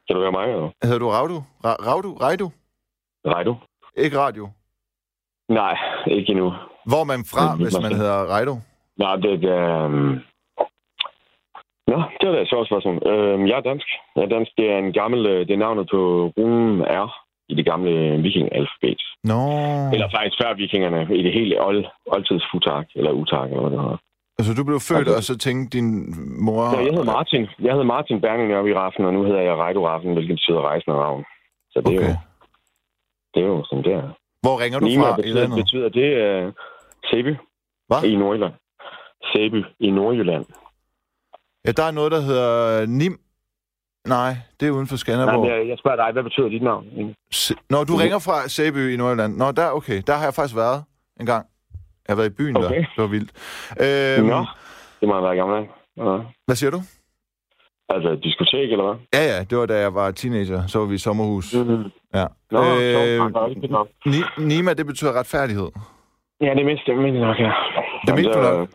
Kan du høre mig? Eller? Hedder du Raudu? Ra- Raudu? Raidu? Nej, du? Ikke radio. Nej, ikke endnu. Hvor er man fra, Mm, hvis man måske. hedder Raidu? Nej, det er... Um... Nå, det var da et sjovt spørgsmål. Øhm, jeg er dansk. Jeg er dansk. Det er, en gammel, øh, det er navnet på runen R i det gamle vikingalfabet. Nå. Eller faktisk før vikingerne i det hele old, oldtidsfutak, eller utak, eller hvad det hedder. Altså, du blev født, Okay. og så tænkte din mor... Så jeg hedder Martin. Jeg hedder Martin Berning oppe i Raffen, og nu hedder jeg Rejdo Raffen, hvilket betyder rejsende ravn. Så det er, Okay. jo, det er jo sådan, det er. Hvor ringer du Nima fra i betyder, landet? betyder det uh, Sæby Hvad? i Nordjylland. Sæby i Nordjylland. Ja, der er noget, der hedder øh, Nim. Nej, det er uden for Nej, Skanderborg. men jeg, jeg spørger dig, hvad betyder dit navn? Se- Når du Mhm. ringer fra Sæby i Nordjylland. Nå, der, okay, der har jeg faktisk været en gang. Jeg har været i byen okay. der. Okay. Det var vildt. Øhm, Nå, det må have været gammel. af. Ja. Hvad siger du? Altså et diskotek, eller hvad? Ja, ja, det var da jeg var teenager. Så var vi i sommerhus. Mm-hmm. Ja. Nå, øh, Øh, sjovt. Nej, det er fedt nok. Ni- Nima, det betyder retfærdighed. Ja, det mindste, det mindste nok, ja. Altså, Det mente du nok?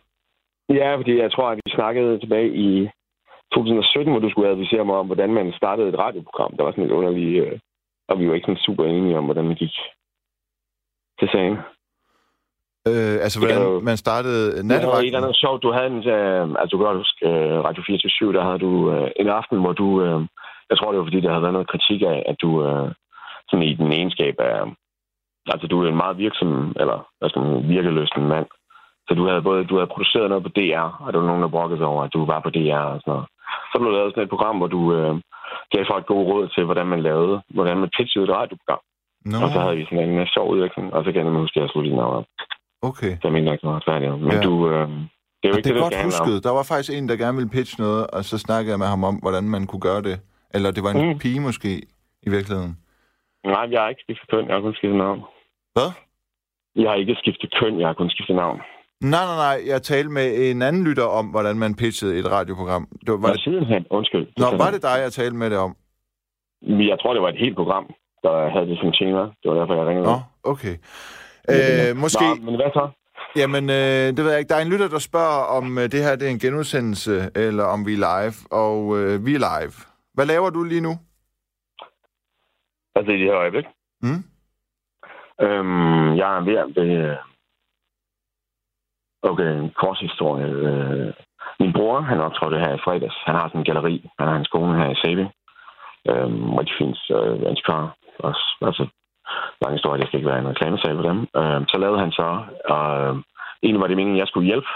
Ja, fordi jeg tror, at vi snakkede tilbage i 2017, hvor du skulle advisere mig om, hvordan man startede et radioprogram. Der var sådan lidt underlig, øh, og vi var ikke sådan super enige om, hvordan man gik til sagen. Øh, altså, Det er hvordan jo- man startede Du havde et nattevagten. eller andet sjovt. Du havde en, øh, altså du kan godt huske, øh, Radio 24 der havde du øh, en aften, hvor du, øh, jeg tror det var fordi, der havde været noget kritik af, at du øh, sådan i den egenskab af, altså du er en meget virksom, eller hvad skal man sige, virkeløsten mand. Så du havde både, du havde produceret noget på DR, og der var nogen, der brokkede sig over, at du var på DR og sådan noget. Så blev der lavet sådan et program, hvor du øh, gav folk gode råd til, hvordan man lavede, hvordan man pitchede et radioprogram. Nå, Og så havde vi sådan en sjov udvikling, og så kan jeg nemlig huske, at jeg slog dit navn op. okay. Jeg mener ikke noget retfærdigt. Men Ja. ja. du... Øh, det er jo Og det ikke er godt det, det skal handle om. husket. Der var faktisk en, der gerne ville pitche noget, og så snakkede jeg med ham om, hvordan man kunne gøre det. Eller det var en mm. Mm. pige måske, i virkeligheden. Nej, jeg har ikke skiftet køn, jeg har kun skiftet navn. Hvad? Jeg har ikke skiftet køn, jeg har kun skiftet navn. Nej, nej, nej. Jeg talte med en anden lytter om, hvordan man pitchede et radioprogram. Det var, var Var det, sidenhen, undskyld. nå, var det dig, jeg talte med det om? Jeg tror, det var et helt program, der havde det som tema. Det var derfor, jeg ringede. Nå, okay. Øh, måske... Nå, men hvad så? Jamen, øh, det ved jeg ikke. Der er en lytter, der spørger, om øh, det her det er en genudsendelse, eller om vi er live. Og øh, vi er live. Hvad laver du lige nu? Altså i det her øjeblik? Mm? Øhm, jeg er ved at... Øh... Okay, en kort historie. Øh... Min bror, han optrådte her i fredags. Han har sådan en galleri. Han har en skole her i Sæbe. Øhm, rigtig fint øh, antikvar. Også, altså, lang historie, det skal ikke være en reklamesag for dem. Øhm, så lavede han så... Øh... Egentlig var det meningen, at jeg skulle hjælpe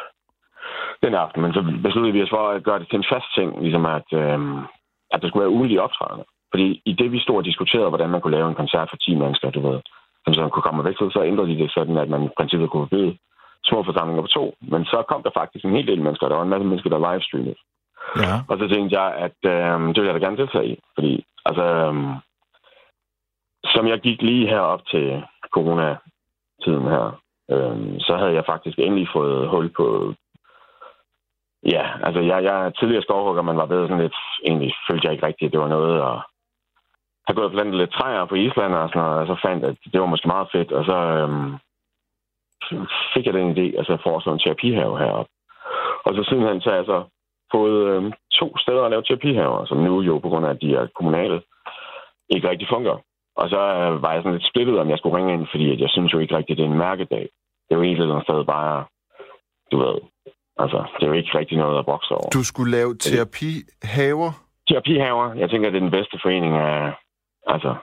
den aften, men så besluttede vi os for at gøre det til en fast ting, ligesom at, øh, at der skulle være ugenlige optrædener. Fordi i det, vi stod og diskuterede, hvordan man kunne lave en koncert for 10 mennesker, du ved, som sådan kunne komme væk til, så ændrede de det sådan, at man i princippet kunne forbyde små forsamlinger på to. Men så kom der faktisk en hel del mennesker. Der var en masse mennesker, der livestreamede. Ja. Og så tænkte jeg, at øh, det ville jeg da gerne deltage i. Fordi, altså, øh, som jeg gik lige her op til coronatiden her, øh, så havde jeg faktisk endelig fået hul på... Ja, altså, jeg, jeg er tidligere skovhugger, man var ved sådan lidt... Egentlig følte jeg ikke rigtigt, at det var noget, og har gået og plantet lidt træer på Island og sådan noget, og så fandt, at det var måske meget fedt, og så øhm, fik jeg den idé, at så foreslå en terapihave heroppe. Og så sidenhen så har jeg så fået øhm, to steder at lave terapihaver, som nu jo på grund af, at de er kommunale, ikke rigtig fungerer. Og så øh, var jeg sådan lidt splittet, om jeg skulle ringe ind, fordi at jeg synes jo ikke rigtigt, det er en mærkedag. Det er jo egentlig noget sted bare, du ved, altså, det er jo ikke rigtig noget at brokse over. Du skulle lave terapihaver. Terapihaver, jeg tænker, det er den bedste forening af, altså,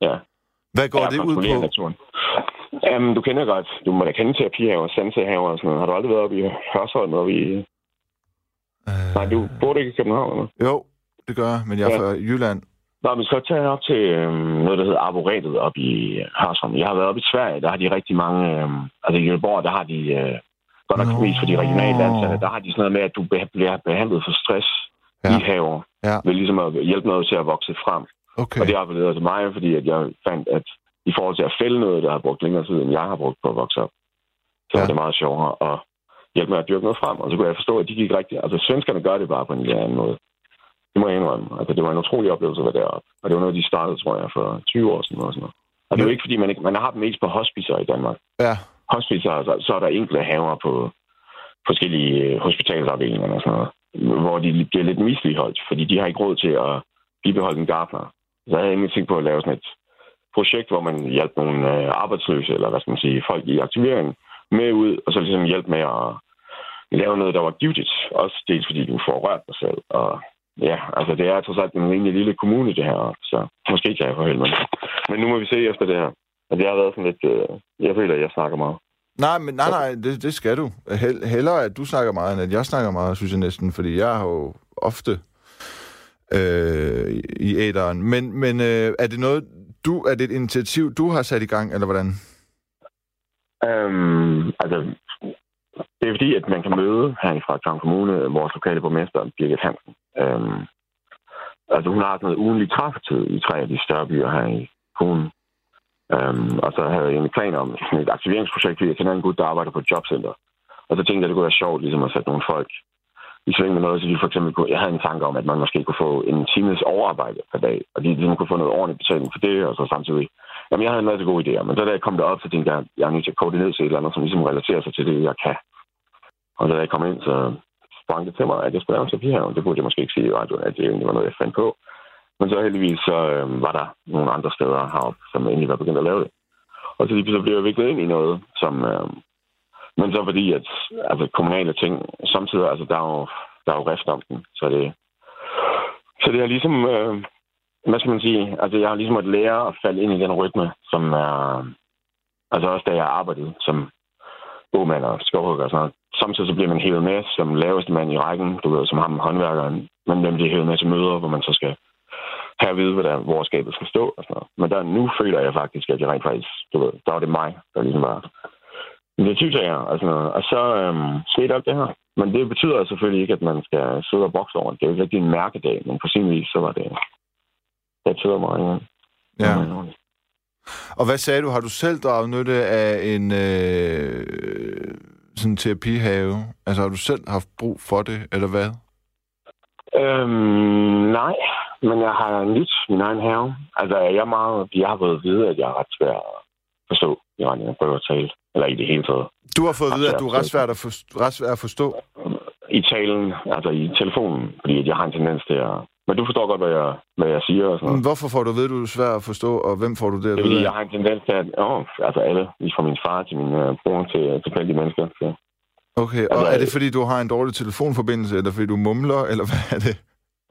ja, Hvad går Ja, det ud kontrollere på? Naturen. Jamen, du kender godt. Du må da kende terapihaver, sansehaver og sådan noget. Har du aldrig været oppe i Hørsholm? Oppe i... Øh, Nej, du bor ikke i København, eller? Jo, det gør jeg, men jeg er Ja. fra Jylland. Nå, men så tager jeg op til øhm, noget, der hedder Arboretet op i øh, Hørsholm. Jeg har været oppe i Sverige, der har de rigtig mange... Øhm, altså i Göteborg, der har de... Øh, godt nok Nå. mest for de regionale ansatte. Der har de sådan noget med, at du beh- bliver behandlet for stress Ja. ja. i haver. Ja. Ved ligesom at hjælpe noget til at vokse frem. Okay. Og det appellerede til mig, fordi at jeg fandt, at i forhold til at fælde noget, der har brugt længere tid, end jeg har brugt på at vokse op, så Ja. ja. var det meget sjovere at hjælpe med at dyrke noget frem. Og så kunne jeg forstå, at de gik rigtigt. Altså, svenskerne gør det bare på en lidt anden måde. Det må jeg indrømme. Altså, det var en utrolig oplevelse at være deroppe. Og det var noget, de startede, tror jeg, for 20 år siden. Og, sådan noget. og det er jo ikke, fordi man, ikke, man har dem mest på hospicer i Danmark. Ja. Hospicer, altså, så er der enkelte haver på forskellige øh, hospitalsafdelinger og sådan noget, hvor de bliver lidt misligeholdt, fordi de har ikke råd til at bibeholde en gartner. Så havde jeg egentlig tænkt på at lave sådan et projekt, hvor man hjalp nogle øh, arbejdsløse, eller hvad skal man sige, folk i aktivering med ud, og så ligesom hjælpe med at lave noget, der var givet. Også dels fordi du får rørt dig selv. Og ja, altså det er trods alt en rimelig lille kommune, det her. Så måske kan jeg forhælde mig. Men nu må vi se efter det her. Og det har været sådan lidt... Øh, jeg føler, at jeg snakker meget. Nej, men nej, nej, det, det skal du. Hell, hellere, at du snakker meget, end at jeg snakker meget, synes jeg næsten, fordi jeg har jo ofte øh, i- i æderen. Men, men øh, er det noget, du, er det et initiativ, du har sat i gang, eller hvordan? Øhm, altså, det er fordi, at man kan møde her i Frederikshavn Kommune vores lokale borgmester, Birgit Hansen. Øhm, altså, hun har sådan noget ugenlig træffetid i tre af de større byer her i kommunen. Øhm, og så havde jeg egentlig planer om sådan et aktiveringsprojekt, fordi jeg kender en gut, der arbejder på et jobcenter. Og så tænkte jeg, at det kunne være sjovt ligesom at sætte nogle folk i sving med noget, så de for eksempel kunne, jeg havde en tanke om, at man måske kunne få en times overarbejde per dag, og de ligesom kunne få noget ordentligt betaling for det, og så samtidig Jamen, jeg havde en masse gode idéer, men så da jeg kom derop, så tænkte jeg, at jeg er nødt til at kode det ned til et eller andet, som ligesom relaterer sig til det, jeg kan. Og da jeg kom ind, så sprang det til mig, at jeg skulle lave en terapihavn. Det burde jeg måske ikke sige i radioen, at det egentlig var noget, jeg fandt på. Men så heldigvis, så øh, var der nogle andre steder heroppe, som egentlig var begyndt at lave det. Og så lige pludselig blev jeg viklet ind i noget, som... Øh, men så fordi, at altså, kommunale ting, samtidig, altså, der er jo, der er jo rift om den, så det... Så det har ligesom øh, hvad skal man sige, altså jeg har ligesom måttet lære at falde ind i den rytme, som er, altså også da jeg arbejdede som åmand og skovhugger og sådan noget. Samtidig så bliver man hævet med som laveste mand i rækken, du ved, som ham håndværkeren, men hvem bliver hævet med til møder, hvor man så skal have at vide, hvor, der, hvor skabet skal stå og sådan noget. Men der, nu føler jeg faktisk, at jeg rent faktisk, du ved, der var det mig, der ligesom var initiativtager og sådan noget. Og så øhm, skete alt det her. Men det betyder selvfølgelig ikke, at man skal sidde og bokse over det. Det er jo ikke rigtig en mærkedag, men på sin vis, så var det... Det tyder mig, ja. Ja. Det var en- Og hvad sagde du? Har du selv draget nytte af en øh, sådan en terapihave? Altså har du selv haft brug for det, eller hvad? Øhm, nej, men jeg har nyt min egen have. Altså, jeg, er meget, jeg har fået at vide, at jeg er ret svær at forstå, i retning af at prøve at tale. Eller i det hele taget. Du har fået at vide, at du er ret Absolut. svært at, forstå, ret svær at forstå. I talen, altså i telefonen, fordi at jeg har en tendens til at... Men du forstår godt, hvad jeg, hvad jeg siger og sådan Men noget. Hvorfor får du at vide, at du er svær at forstå, og hvem får du det Det er at fordi, vide jeg af? har en tendens til, at åh, altså alle, lige fra min far til min øh, bror til tilfældige mennesker. Så. Okay, og Altså, er det fordi, du har en dårlig telefonforbindelse, eller fordi du mumler, [laughs] eller hvad er det?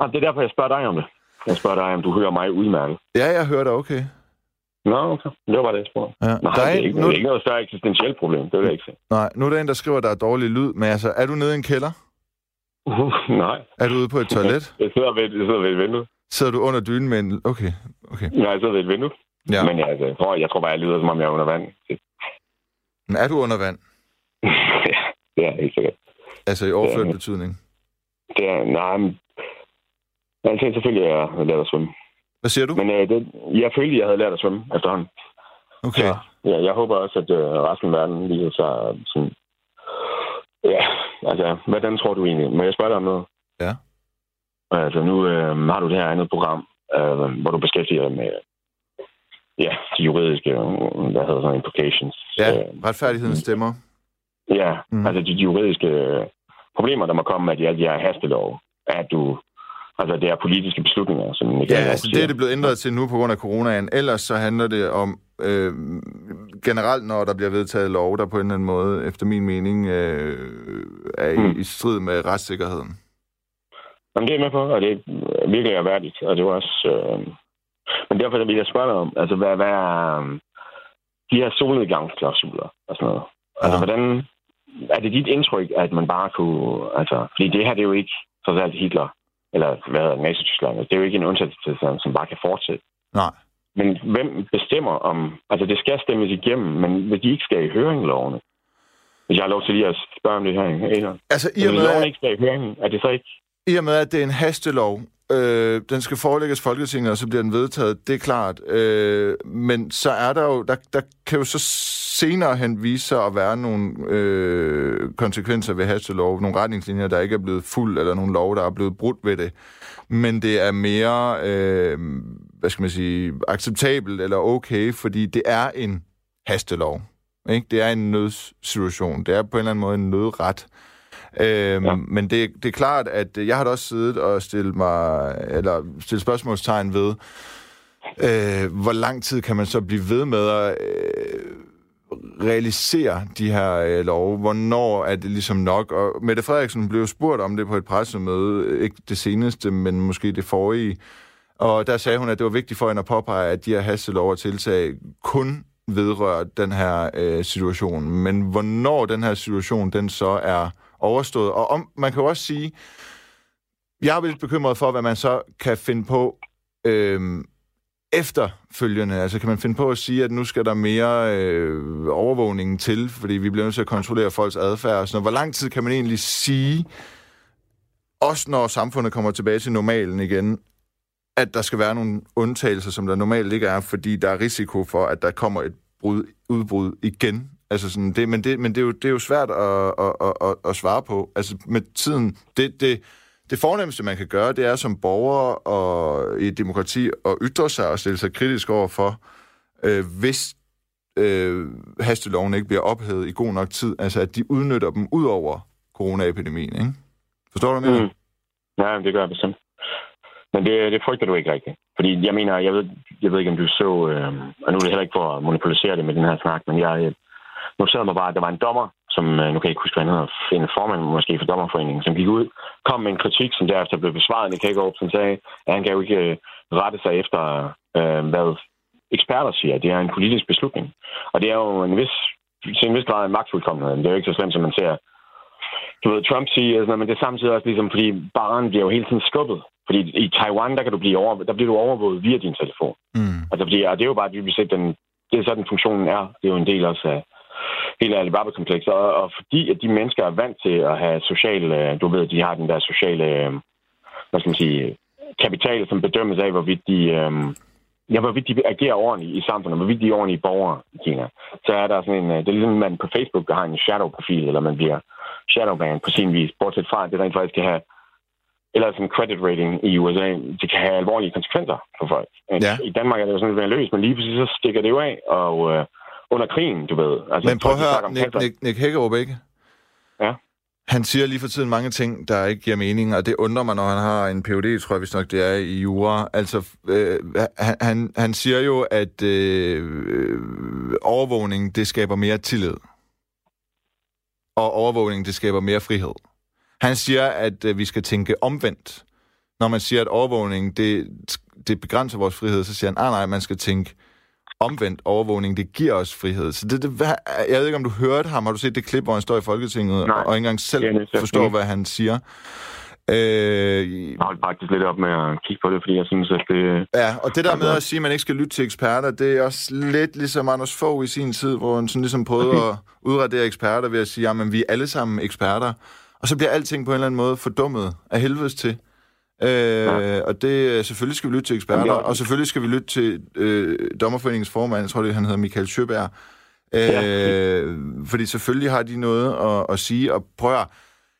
Og Ah, det er derfor, jeg spørger dig om det. Jeg spørger dig, om du hører mig udmærket. Ja, jeg hører dig okay. Nå, okay. Det var bare det, jeg spurgte. Ja. Nej, der er det, er en, ikke, nu, det er ikke noget større eksistentielt problem. Det vil jeg ikke sige. nej, nu er der en, der skriver, at der er dårlig lyd, men altså, er du nede i en kælder? [laughs] nej. Er du ude på et toilet? Jeg sidder ved, jeg sidder ved et vindue. Sidder du under dynen med en... Okay, okay. Ja, jeg sidder ved et vindue. Ja. Ja. Men jeg, altså, jeg, tror, jeg tror bare, jeg lyder, som om jeg er under vand. Det, [laughs] Men er du under vand? det er helt sikkert. Altså i overført Ja. betydning. Det er, nej, men... Jeg tænkte selvfølgelig, at jeg havde lært at svømme. Hvad siger du? Men øh, det, jeg følte, at jeg havde lært at svømme efterhånden. Okay. Så, ja, jeg håber også, at øh, resten af verden lige så sådan... Ja, altså, hvordan tror du egentlig? Må jeg spørge dig om noget? Ja. Altså, nu øh, har du det her andet program, øh, hvor du beskæftiger dig med ja, de juridiske, øh, hvad hedder sådan, implications. Ja, Øh, retfærdigheden stemmer. ja Mm. mm. altså de juridiske øh, problemer, der må komme med de, alle de her hastelov, at du... Altså, det er politiske beslutninger, som Michael Ja, også altså det siger. er det blevet ændret til nu på grund af coronaen. Ellers så handler det om øh, generelt, når der bliver vedtaget lov, der på en eller anden måde, efter min mening, øh, er i, Mm. i strid med retssikkerheden. Jamen, det er jeg med på, og det er virkelig erhvervigt, og det var også... Øh... Men derfor vil jeg spørge dig om, altså, hvad, hvad er øh, de her solnedgangsklausuler og sådan noget? Altså, Ja. hvordan... Er det dit indtryk, at man bare kunne... Altså, fordi det her, det er jo ikke trods alt Hitler, eller hvad hedder det, Nazi-Tyskland. altså, Det er jo ikke en undtagelsestilstand, som bare kan fortsætte. Nej. Men hvem bestemmer om... Altså, det skal stemmes igennem, men hvis de ikke skal i høringlovene, hvis jeg har lov til lige at spørge om det her, ikke? Altså i Hvis og med, loven at, ikke skal i høringen, er det så ikke... i og med at det er en hastelov, øh, den skal forelægges Folketinget, og så bliver den vedtaget, det er klart. Øh, men så er der jo, der, der kan jo så senere hen vise sig at være nogle øh, konsekvenser ved hastelov, nogle retningslinjer, der ikke er blevet fuldt, eller nogle lov, der er blevet brudt ved det. Men det er mere, øh, hvad skal man sige, acceptabelt eller okay, fordi det er en hastelov. Ikke? Det er en nødsituation. Det er på en eller anden måde en nødret. Øhm, ja. Ja. Men det, det er klart, at øh, jeg har da også siddet og stillet, mig, eller stillet spørgsmålstegn ved, øh, hvor lang tid kan man så blive ved med at øh, realisere de her øh, love? Hvornår er det ligesom nok? Og Mette Frederiksen blev spurgt om det på et pressemøde, øh, ikke det seneste, men måske det forrige, og der sagde hun, at det var vigtigt for hende at påpege, at de her hastelov og tiltag kun vedrører den her øh, situation. Men hvornår den her situation, den så er overstået. Og om, man kan jo også sige, jeg er lidt bekymret for, hvad man så kan finde på øh, efterfølgende. Altså kan man finde på at sige, at nu skal der mere øh, overvågning til, fordi vi bliver nødt til at kontrollere folks adfærd og sådan noget. Hvor lang tid kan man egentlig sige, også når samfundet kommer tilbage til normalen igen, at der skal være nogle undtagelser, som der normalt ikke er, fordi der er risiko for, at der kommer et brud, udbrud igen. Altså sådan det, men det, men det, er jo, det er jo svært at, at, at, at, at svare på. Altså med tiden, det, det, det fornemmeste, man kan gøre, det er som borger og i et demokrati at ytre sig og stille sig kritisk over for, øh, hvis øh, hasteloven ikke bliver ophævet i god nok tid, altså at de udnytter dem ud over coronaepidemien, ikke? Forstår du, hvad jeg mener? Mm. Ja, det gør jeg bestemt. Men det, det frygter du ikke rigtigt. Fordi jeg mener, jeg ved, jeg ved ikke, om du så, øh, og nu er det heller ikke for at monopolisere det med den her snak, men jeg øh, noterede mig bare, at der var en dommer, som, øh, nu kan jeg ikke huske, hvad han hedder, en formand måske for Dommerforeningen, som gik ud, kom med en kritik, som derefter blev besvaret af Nick Hagerup, som sagde, at han kan jo ikke øh, rette sig efter, øh, hvad eksperter siger. Det er en politisk beslutning. Og det er jo en vis, til en vis grad en magtfuldkommenhed. Det er jo ikke så slemt, som man ser du ved, Trump siger, sådan, noget, men det er samtidig også ligesom, fordi barren bliver jo hele tiden skubbet. Fordi i Taiwan, der, kan du blive over, der bliver du overvåget via din telefon. Mm. Altså, fordi, og det er jo bare dybest set den, det er sådan, funktionen er. Det er jo en del også af helt ærligt barbekompleks. Og, og fordi at de mennesker er vant til at have social, øh, du ved, de har den der sociale, øh, hvad skal man sige, kapital, som bedømmes af, hvorvidt de, øh, ja, hvorvidt de agerer ordentligt i samfundet, hvorvidt de er ordentlige borgere i Kina. Så er der sådan en, øh, det er ligesom man på Facebook, der har en shadow-profil, eller man bliver shadowban på sin vis, bortset fra, at det rent faktisk kan have eller sådan en credit rating i USA, det kan have alvorlige konsekvenser for folk. Ja. I Danmark er det jo sådan lidt løs, men lige præcis så stikker det jo af, og øh, under krigen, du ved. Altså, Men prøv at folk, de snakker høre, om Nick, cancer. Nick, Nick Hækkerup, ikke? Ja. Han siger lige for tiden mange ting, der ikke giver mening, og det undrer mig, når han har en PhD, tror jeg vist nok, det er i jura. Altså, øh, han- han, han siger jo, at øh, øh, overvågning, det skaber mere tillid. Og overvågning, det skaber mere frihed. Han siger, at øh, vi skal tænke omvendt. Når man siger, at overvågning, det, det begrænser vores frihed, så siger han, nej, nej, man skal tænke omvendt overvågning, det giver os frihed. Så det, det, hvad, jeg ved ikke, om du hørte ham. Har du set det klip, hvor han står i Folketinget Nej. og ikke engang Det er selv nødt til at forstår, sige. hvad han siger? Øh, Jeg holdt faktisk lidt op med at kigge på det, fordi jeg synes, at det... ja, og det der med at sige, at man ikke skal lytte til eksperter, det er også lidt ligesom Anders Fogh i sin tid, hvor han sådan ligesom prøvede at udradere eksperter ved at sige, at vi er alle sammen eksperter. Og så bliver alting på en eller anden måde fordummet af helvedes til. Øh, ja. Og det øh, selvfølgelig skal vi lytte til eksperter, Jamen, jeg- og selvfølgelig skal vi lytte til øh, Dommerforeningens formand, jeg tror, det, er, han hedder Michael Sjøberg. Ja. Øh, fordi selvfølgelig har de noget at, at sige, og prøv at høre,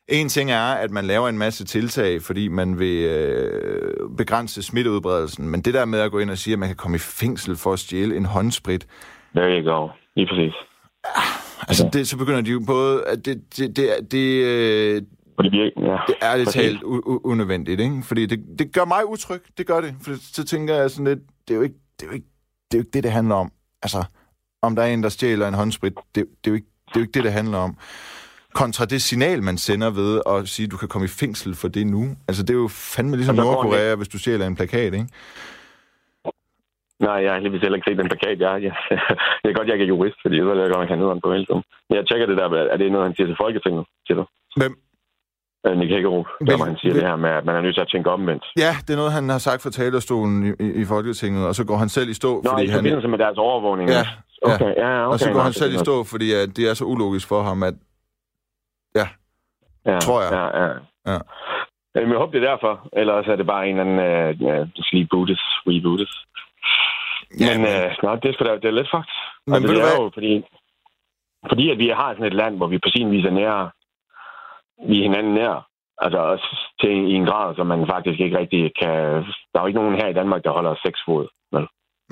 en ting er, at man laver en masse tiltag, fordi man vil øh, begrænse smitteudbredelsen, men det der med at gå ind og sige, at man kan komme i fængsel for at stjæle en håndsprit, There you go. Lige præcis. altså det, så begynder de jo både, at det, det, det, er- det, øh, Og det virker, ja. det er det Præcis. talt u- u- unødvendigt, ikke? Fordi det, det gør mig utryg, det gør det, for så tænker jeg sådan lidt, det er jo ikke det, er jo ikke, det, er jo ikke det, det handler om. Altså, om der er en, der stjæler en håndsprit, det, det, er jo ikke, det er jo ikke det, det handler om. kontra det signal, man sender ved at sige, du kan komme i fængsel for det nu. Altså, det er jo fandme ligesom Og der går en Nordkorea, hvis du stjæler en plakat, ikke? Nej, jeg har heldigvis heller ikke set den plakat. Jeg, jeg, det er godt, jeg ikke er jurist, fordi så er det godt, man kan nederen på hele tiden. Men jeg tjekker det der, med, er det noget, han siger til Folketinget, siger du? Hvem? Øh, Nick Hækkerup, der Hvem- hvor han siger hvem- det her med, at man er nødt til at tænke omvendt. Ja, det er noget, han har sagt fra talerstolen i, i, i Folketinget, og så går han selv i stå, Nå, fordi i han... forbindelse med deres overvågning. Ja, ja. okay, ja, okay. og så går Nå, han det selv er i noget. stå, fordi at det er så ulogisk for ham, at... ja, tror jeg. Ja, ja. Ja. ja. Jamen, jeg håber, det er derfor. Ellers er det bare en eller anden, øh, ja, det skal lige bootes, rebootes. Ja, men øh, nej, det er, sgu da, det er lidt fucked. Men altså, ved det du er hvad? jo, fordi, fordi at vi har sådan et land, hvor vi på sin vis er nære, vi er hinanden nære. Altså også til i en grad, som man faktisk ikke rigtig kan... Der er jo ikke nogen her i Danmark, der holder seks fod. Vel?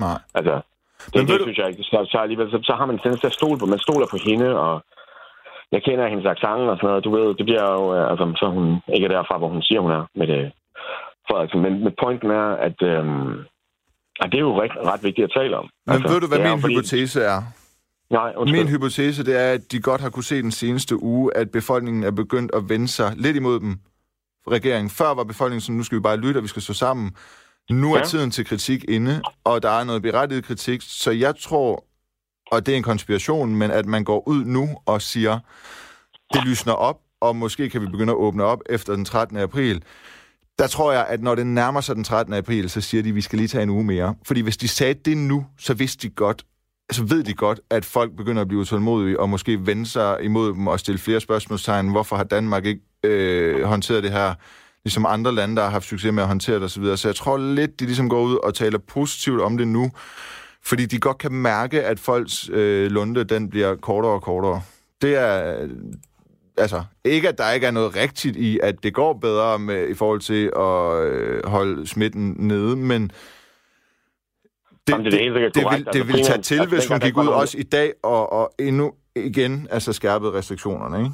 nej. Altså, det, Men det, ved det du- synes jeg ikke. Så, så, alligevel, så, så har man en tendens til at stole på. Man stoler på hende, og jeg kender hendes accent og sådan noget. Du ved, det bliver jo... øh, Altså, så er hun ikke derfra, hvor hun siger, hun er med det. Frederiksen. Men, men pointen er, at, øhm, at det er jo ret, ret vigtigt at tale om. Men ved du, hvad Altså, det er min jo fordi- hypotese er? Nej, undskyld. Min hypotese, det er, at de godt har kunne se den seneste uge, at befolkningen er begyndt at vende sig lidt imod dem. Regeringen før var befolkningen sådan, nu skal vi bare lytte, og vi skal stå sammen. Nu er Ja. tiden til kritik inde, og der er noget berettiget kritik, så jeg tror, og det er en konspiration, men at man går ud nu og siger, det lysner op, og måske kan vi begynde at åbne op efter den 13. april. Der tror jeg, at når det nærmer sig den 13. april, så siger de, at vi skal lige tage en uge mere. Fordi hvis de sagde det nu, så vidste de godt, så ved de godt, at folk begynder at blive utålmodige og måske vende sig imod dem og stille flere spørgsmålstegn. Hvorfor har Danmark ikke øh, håndteret det her, ligesom andre lande, der har haft succes med at håndtere det osv.? Så jeg tror lidt, de ligesom går ud og taler positivt om det nu, fordi de godt kan mærke, at folks øh, lunde, den bliver kortere og kortere. Det er, altså, ikke at der ikke er noget rigtigt i, at det går bedre med, i forhold til at øh, holde smitten nede, men det, Jamen, det er helt sikkert det, korrekt. vil, Altså, det ville tage primært- til, altså, hvis hun dengang der gik ikke var ud nogen- også i dag og, og endnu igen altså skærpede restriktionerne, ikke?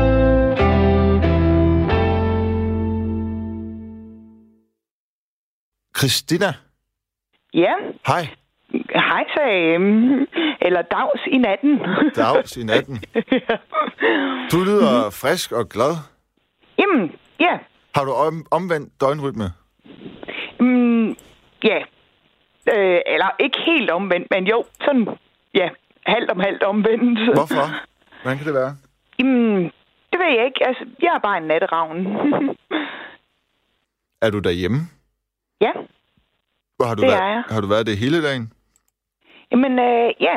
Jo. Christina, Ja, hej. hej sagde øhm, Eller dags i natten. Dags i natten. Du Mhm. lyder frisk og glad. [laughs] Jamen, ja. Har du om, omvendt døgnrytme? Mm, ja. Øh, eller ikke helt omvendt, men jo, sådan, ja, halvt om halvt omvendt. Hvorfor? Hvordan kan det være? [laughs] Jamen, det ved jeg ikke. Altså, jeg er bare en natteravn. [laughs] Er du derhjemme? ja, Hvor Har du Det været, er jeg. Har du været det hele dagen? Jamen, øh, ja,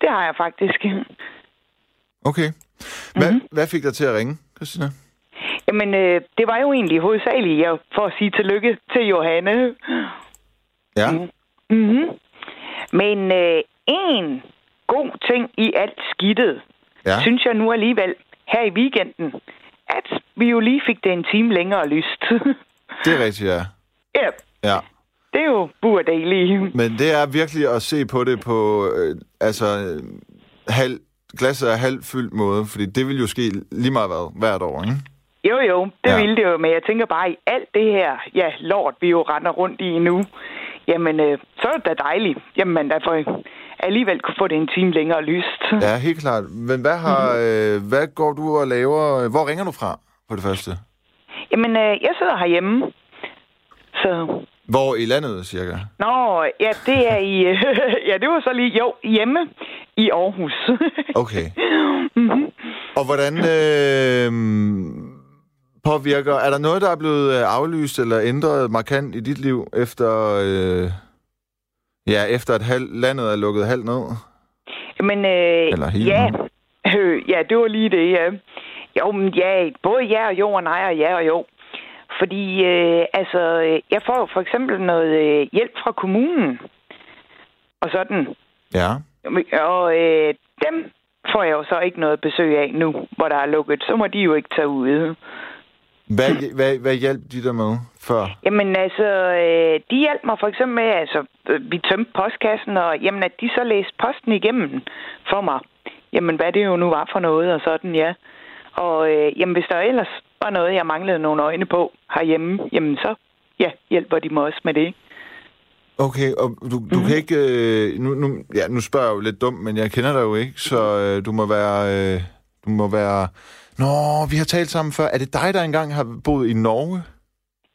det har jeg faktisk. Okay. Hva, Mhm. mm-hmm. Hvad fik dig til at ringe, Christina? Jamen, øh, det var jo egentlig hovedsageligt jeg, for at sige tillykke til Johanne. Ja. Mm-hmm. Men øh, en god ting i alt skidtet, Ja. ja. synes jeg nu alligevel, her i weekenden, at vi jo lige fik det en time længere lyst. [laughs] Det er rigtigt, ja. ja, ja. det er jo burdeiligt. Men det er virkelig at se på det på, øh, altså, øh, halv, glasset er halvt fyldt måde, fordi det vil jo ske lige meget hvad, hvert år, ikke? Jo, jo, det Ja. ja. ville det jo, men jeg tænker bare, i alt det her ja, lort, vi jo render rundt i nu, jamen, øh, så er det da dejligt. Jamen, man da får alligevel kunne få det en time længere lyst. Ja. Ja, helt klart. Men hvad, har, øh, hvad går du og laver? Hvor ringer du fra, for det første? Jamen, øh, jeg sidder herhjemme, så... Hvor i landet, cirka? Nå, ja, det er i... [laughs] ja, det var så lige... Jo, hjemme i Aarhus. [laughs] Mhm. Okay. Og hvordan øh, påvirker... Er der noget, der er blevet øh, aflyst eller ændret markant i dit liv, efter, øh, ja, efter at halv, landet er lukket halvt ned? Men øh, Eller hele ja, den. øh, [laughs] ja, det var lige det, ja. Jo, men ja, både ja og jo og nej og ja og jo. Fordi, øh, altså, øh, jeg får jo for eksempel noget øh, hjælp fra kommunen og sådan. Ja. Og øh, dem får jeg jo så ikke noget besøg af nu, hvor der er lukket. Så må de jo ikke tage ud. Hvad, hvad, hvad hjalp de der med før? Jamen altså, øh, de hjalp mig for eksempel med, altså, øh, vi tømte postkassen, og jamen, at de så læste posten igennem for mig. Jamen, hvad det jo nu var for noget, og sådan, ja. Og øh, jamen, hvis der ellers var noget, jeg manglede nogle øjne på herhjemme, jamen så, ja, hjælper de mig også med det. Okay, og du, du mm-hmm. kan ikke... Øh, nu, nu, ja, nu spørger jeg jo lidt dumt, men jeg kender dig jo ikke, så øh, du må være... Øh, du må være... Nå, vi har talt sammen før. Er det dig, der engang har boet i Norge?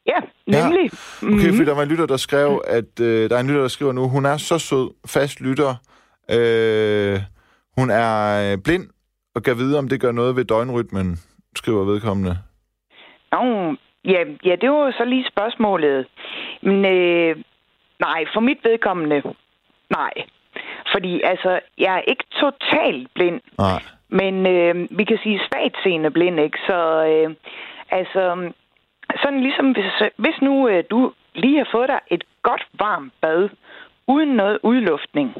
Ja, nemlig. Mhm. Ja. Okay, mm-hmm. fordi der var en lytter, der skrev, at øh, der er en lytter, der skriver nu, hun er så sød, fast lytter. Øh, hun er øh, blind og kan vide, om det gør noget ved døgnrytmen, skriver vedkommende. Nå, ja, ja, det var så lige spørgsmålet. Men øh, nej, for mit vedkommende, nej. Fordi altså, jeg er ikke totalt blind. Nej. Men øh, vi kan sige svagt seende blind, ikke? Så øh, altså, sådan ligesom hvis, hvis nu øh, du lige har fået dig et godt varmt bad, uden noget udluftning,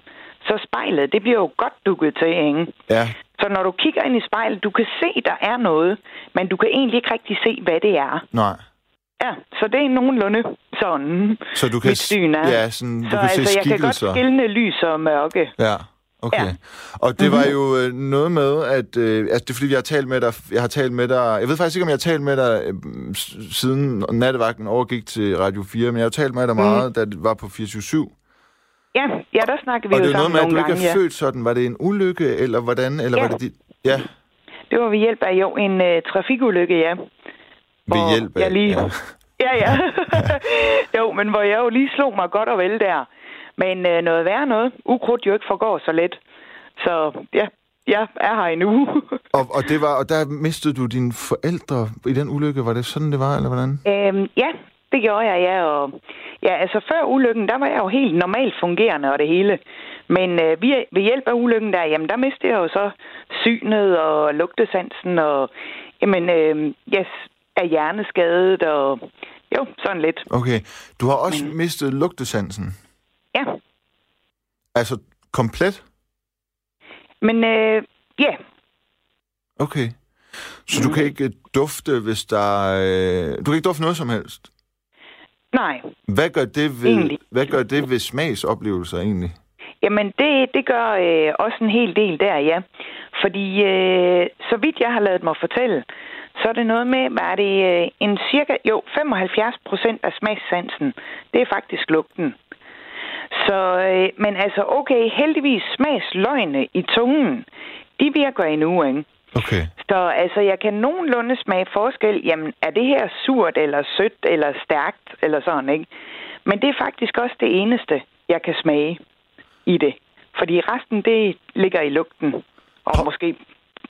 så spejlet, det bliver jo godt dukket til, ikke? Ja, Så når du kigger ind i spejlet, du kan se, der er noget, men du kan egentlig ikke rigtig se, hvad det er. nej. Ja, så det er nogenlunde sådan, Så du kan mit syn er. s- ja, sådan, du så kan se altså, jeg kan godt skikkelser. skille lys og mørke. Ja, okay. Ja. Ja. Mhm. Og det var jo øh, noget med, at øh, altså, det er fordi, jeg har talt med dig, jeg har talt med dig, jeg ved faktisk ikke, om jeg har talt med dig øh, s- siden nattevagten overgik til Radio 4, men jeg har talt med dig Mhm. meget, mm. da det var på 24 Ja, ja, der snakker vi Og jo det er noget sammen med, at du nogle ikke gange. er ja. født sådan. Var det en ulykke, eller hvordan? Eller Ja. var det dit... Ja, Det var ved hjælp af jo en øh, trafikulykke, ja. ved Hvor hjælp af... Jeg lige... Ja. [laughs] ja, [laughs] ja. jo, men hvor jeg jo lige slog mig godt og vel der. Men øh, noget værre noget. Ukrudt jo ikke forgår så let. Så ja, jeg er her endnu. [laughs] Og, og, det var, og der mistede du dine forældre i den ulykke. Var det sådan, det var, eller hvordan? øhm, ja, det gjorde jeg, ja. Og, ja, altså før ulykken, der var jeg jo helt normalt fungerende og det hele. Men øh, via, ved hjælp af ulykken der, jamen der mistede jeg jo så synet og lugtesansen og jamen, øh, yes, er hjerneskadet og jo, sådan lidt. Okay. Du har også mm. mistet lugtesansen. Ja, Altså, komplet? men øh, ja, Okay. Så mm. du kan ikke øh, dufte, hvis der... Øh, du kan ikke dufte noget som helst. Nej, Hvad gør det ved, Egentlig. hvad gør det ved smagsoplevelser egentlig? jamen det, det gør øh, også en hel del der, ja. Fordi øh, så vidt jeg har lavet mig fortælle, så er det noget med, hvad er det, øh, en cirka, jo, 75 procent af smagssansen, det er faktisk lugten. Så, øh, men altså okay, heldigvis smagsløgne i tungen, de virker endnu, ikke? Okay. Så altså, jeg kan nogenlunde smage forskel. Jamen, er det her surt, eller sødt, eller stærkt, eller sådan, ikke? Men det er faktisk også det eneste, jeg kan smage i det. Fordi resten, det ligger i lugten. Og Hov. måske... [laughs]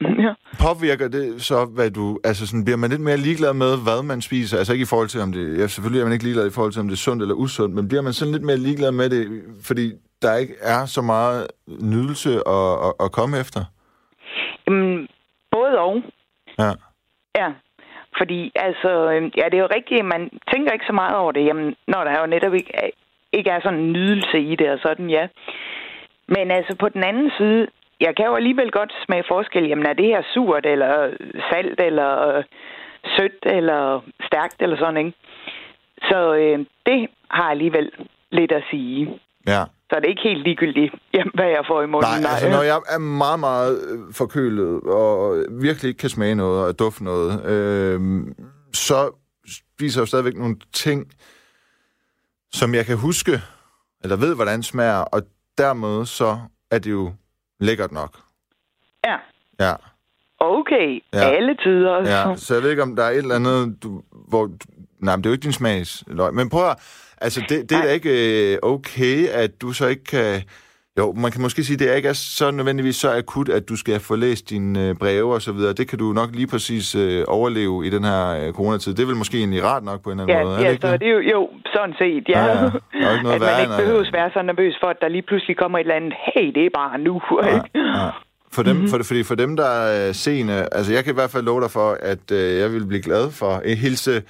Ja. Påvirker det så, hvad du... Altså, sådan, bliver man lidt mere ligeglad med, hvad man spiser? Altså ikke i forhold til, om det... Ja, selvfølgelig er man ikke ligeglad i forhold til, om det er sundt eller usundt, men bliver man sådan lidt mere ligeglad med det? Fordi der ikke er så meget nydelse at, at, at komme efter? Jamen, både og. Ja. Ja, fordi altså, øhm, ja, det er jo rigtigt, at man tænker ikke så meget over det, jamen, når der jo netop ikke er, ikke er sådan en nydelse i det og sådan, ja. Men altså på den anden side, jeg kan jo alligevel godt smage forskel, jamen er det her surt, eller salt, eller øh, sødt, eller stærkt, eller sådan, ikke? Så øh, det har alligevel lidt at sige. Ja. Så er det ikke helt ligegyldigt, [laughs] jamen, hvad jeg får i munden. Nej, altså når jeg er meget, meget øh, forkølet, og virkelig ikke kan smage noget og dufte noget, øh, så spiser jeg jo stadigvæk nogle ting, som jeg kan huske, eller ved, hvordan smager, og dermed så er det jo lækkert nok. Ja, Ja. okay, Ja. ja. alle tider. altså. Ja, så jeg ved ikke, om der er et eller andet, du, hvor... du- Nej, men det er jo ikke din smagsløg. Men prøv at... Altså, det, det er da ikke øh, okay, at du så ikke kan... Jo, man kan måske sige, at det ikke er så nødvendigvis så akut, at du skal få læst dine øh, breve og så videre. Det kan du nok lige præcis øh, overleve i den her øh, coronatid. Det er vel måske egentlig rart nok på en eller Ja, anden måde. er ja det ikke så det er jo, jo, sådan set, ja. Ja, ja. Der er jo ikke noget at man værre end ikke at- behøver at være så nervøs for, at der lige pludselig kommer et eller andet, hey, det er bare nu, ja. ikke? Ja, ja. For Mm-hmm. dem, for, fordi for dem, der er sene, altså jeg kan i hvert fald love dig for, at øh, jeg vil blive glad for en hilse,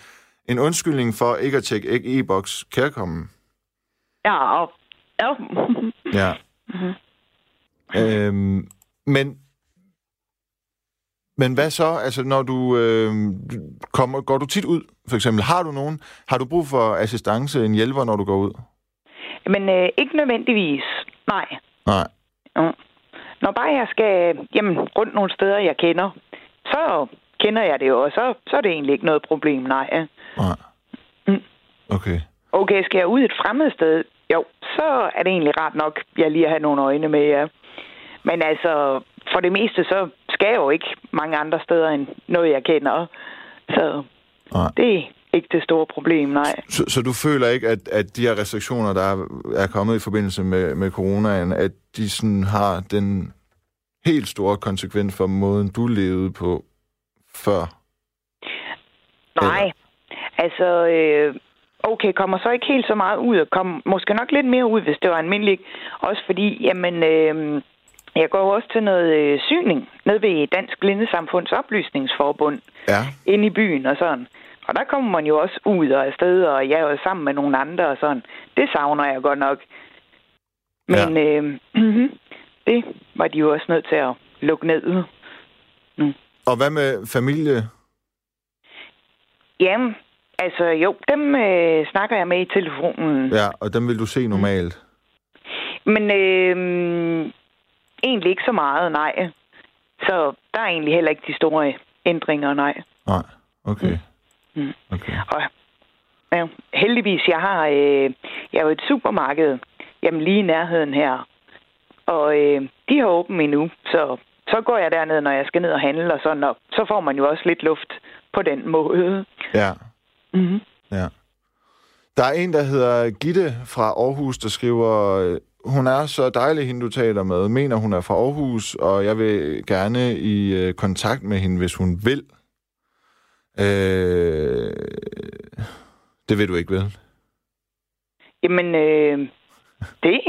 en undskyldning for ikke at tjekke ikke e-boks kærkommen. [laughs] Ja, og, ja. [laughs] Ja. Øhm, men, men hvad så? Altså, når du øh, kommer, går du tit ud, for eksempel? Har du nogen? Har du brug for assistance, en hjælper, når du går ud? Men øh, ikke nødvendigvis, nej. Nej. Ja. Når bare jeg skal jamen, rundt nogle steder, jeg kender, så kender jeg det jo, og så, så er det egentlig ikke noget problem, nej. ja. Nej. Mm. Okay. Okay, skal jeg ud et fremmed sted? Jo, så er det egentlig rart nok, jeg lige har nogle øjne med, ja. Men altså, for det meste, så skal jeg jo ikke mange andre steder end noget, jeg kender. Så Nej. det er ikke det store problem, nej. Så, så du føler ikke, at, at de her restriktioner, der er, er kommet i forbindelse med, med coronaen, at de sådan har den helt store konsekvens for måden, du levede på før? Nej, altså, øh, okay, kommer så ikke helt så meget ud, og kom måske nok lidt mere ud, hvis det var almindeligt. Også fordi, jamen, øh, jeg går jo også til noget øh, syning nede ved Dansk Blindesamfunds Oplysningsforbund. Ja. inde i byen og sådan. Og der kommer man jo også ud og afsted, og jeg er jo sammen med nogle andre og sådan. Det savner jeg godt nok. Men ja. øh, [clears throat] mhm, det var de jo også nødt til at lukke ned. Og hvad med familie? Jamen, altså jo, dem øh, snakker jeg med i telefonen. Ja. Ja, og dem vil du Mm. se normalt? Men øh, egentlig ikke så meget, nej. Så der er egentlig heller ikke de store ændringer, nej. Nej, okay. Mm. Okay. Og ja, heldigvis, jeg har øh, jeg er jo i et supermarked, jamen lige i nærheden her. Og øh, de har åbent endnu, så så går jeg derned, når jeg skal ned og handle og sådan, og så får man jo også lidt luft på den måde. Ja, Mm-hmm. ja. Der er en, der hedder Gitte fra Aarhus, der skriver, øh, hun er så dejlig, hende du taler med, mener hun er fra Aarhus, og jeg vil gerne i øh, kontakt med hende, hvis hun vil. Øh, det vil du ikke, vel? Jamen, øh, det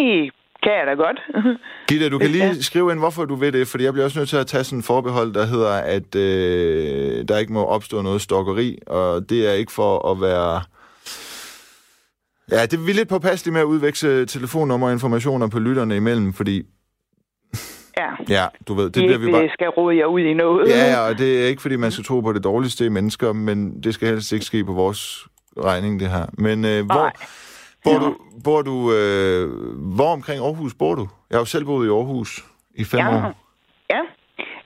kan jeg da godt. Gitte, du kan Øh, lige ja. skrive ind, hvorfor du vil det, fordi jeg bliver også nødt til at tage sådan en forbehold, der hedder, at øh, der ikke må opstå noget stokkeri, og det er ikke for at være... Ja, det vi er lidt påpasselige med at udveksle telefonnummer og informationer på lytterne imellem, fordi, ja, ja, du ved, det de bliver vi ikke bare... bare... skal rode jer ud i noget. Ja, ja, og det er ikke, fordi man skal tro på det dårligste i mennesker, men det skal helst ikke ske på vores regning, det her. Men øh, hvor, Nej. bor du, bor du øh, hvor omkring Aarhus bor du? Jeg har jo selv boet i Aarhus i fem Ja. år. ja.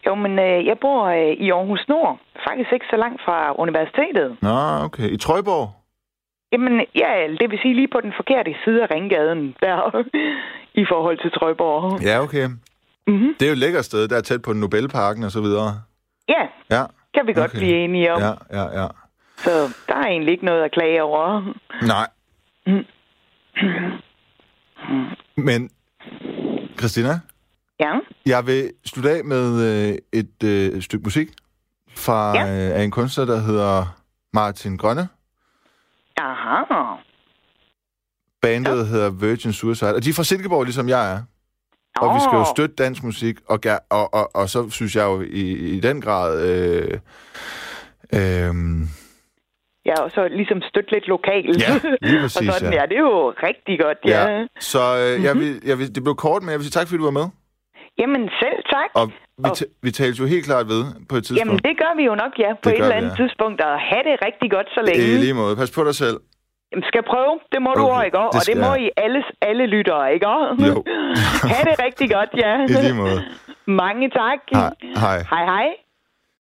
Jo, men øh, jeg bor øh, i Aarhus Nord, faktisk ikke så langt fra universitetet. Nå, okay. I Trøjborg? Jamen, ja, det vil sige lige på den forkerte side af ringgaden, der i forhold til Trøjborg. Ja, okay. Mm-hmm. Det er jo et lækkert sted, der er tæt på Nobelparken og så videre. Ja, Ja, kan vi godt Okay. okay. blive enige om. Ja. ja, ja, ja. Så der er egentlig ikke noget at klage over. Nej. Men, Christina, Ja, jeg vil slutte af med øh, et øh, stykke musik fra Ja. øh, af en kunstner, der hedder Martin Grønne. aha. Bandet ja. hedder Virgin Suicide, og de er fra Silkeborg, ligesom jeg er. Og vi skal jo Nå. støtte dansk musik, og, ga- og, og, og så synes jeg jo i, i den grad... Øh, øh, Ja, og så ligesom støtte lidt lokalt. Ja, [laughs] lige præcis, og sådan, ja. ja. det er jo rigtig godt, ja. Mhm. ja. ja. Så øh, jeg vil, jeg vil, det blev kort, men jeg vil sige tak, fordi du var med. Jamen selv tak. Og vi, Og- t- vi talte jo helt klart ved på et tidspunkt. Jamen det gør vi jo nok, ja, på Det et gør eller vi, andet ja. tidspunkt. Og have det rigtig godt så I længe. lige måde. Pas på dig selv. Jamen, skal prøve, det må du Okay, også, ikke? også? det Og det skal må jeg. I alles, alle lyttere, ikke? også? [laughs] Jo. ha' det rigtig godt, ja. I lige måde. Mange tak. Hej. Hej. Hej, hej.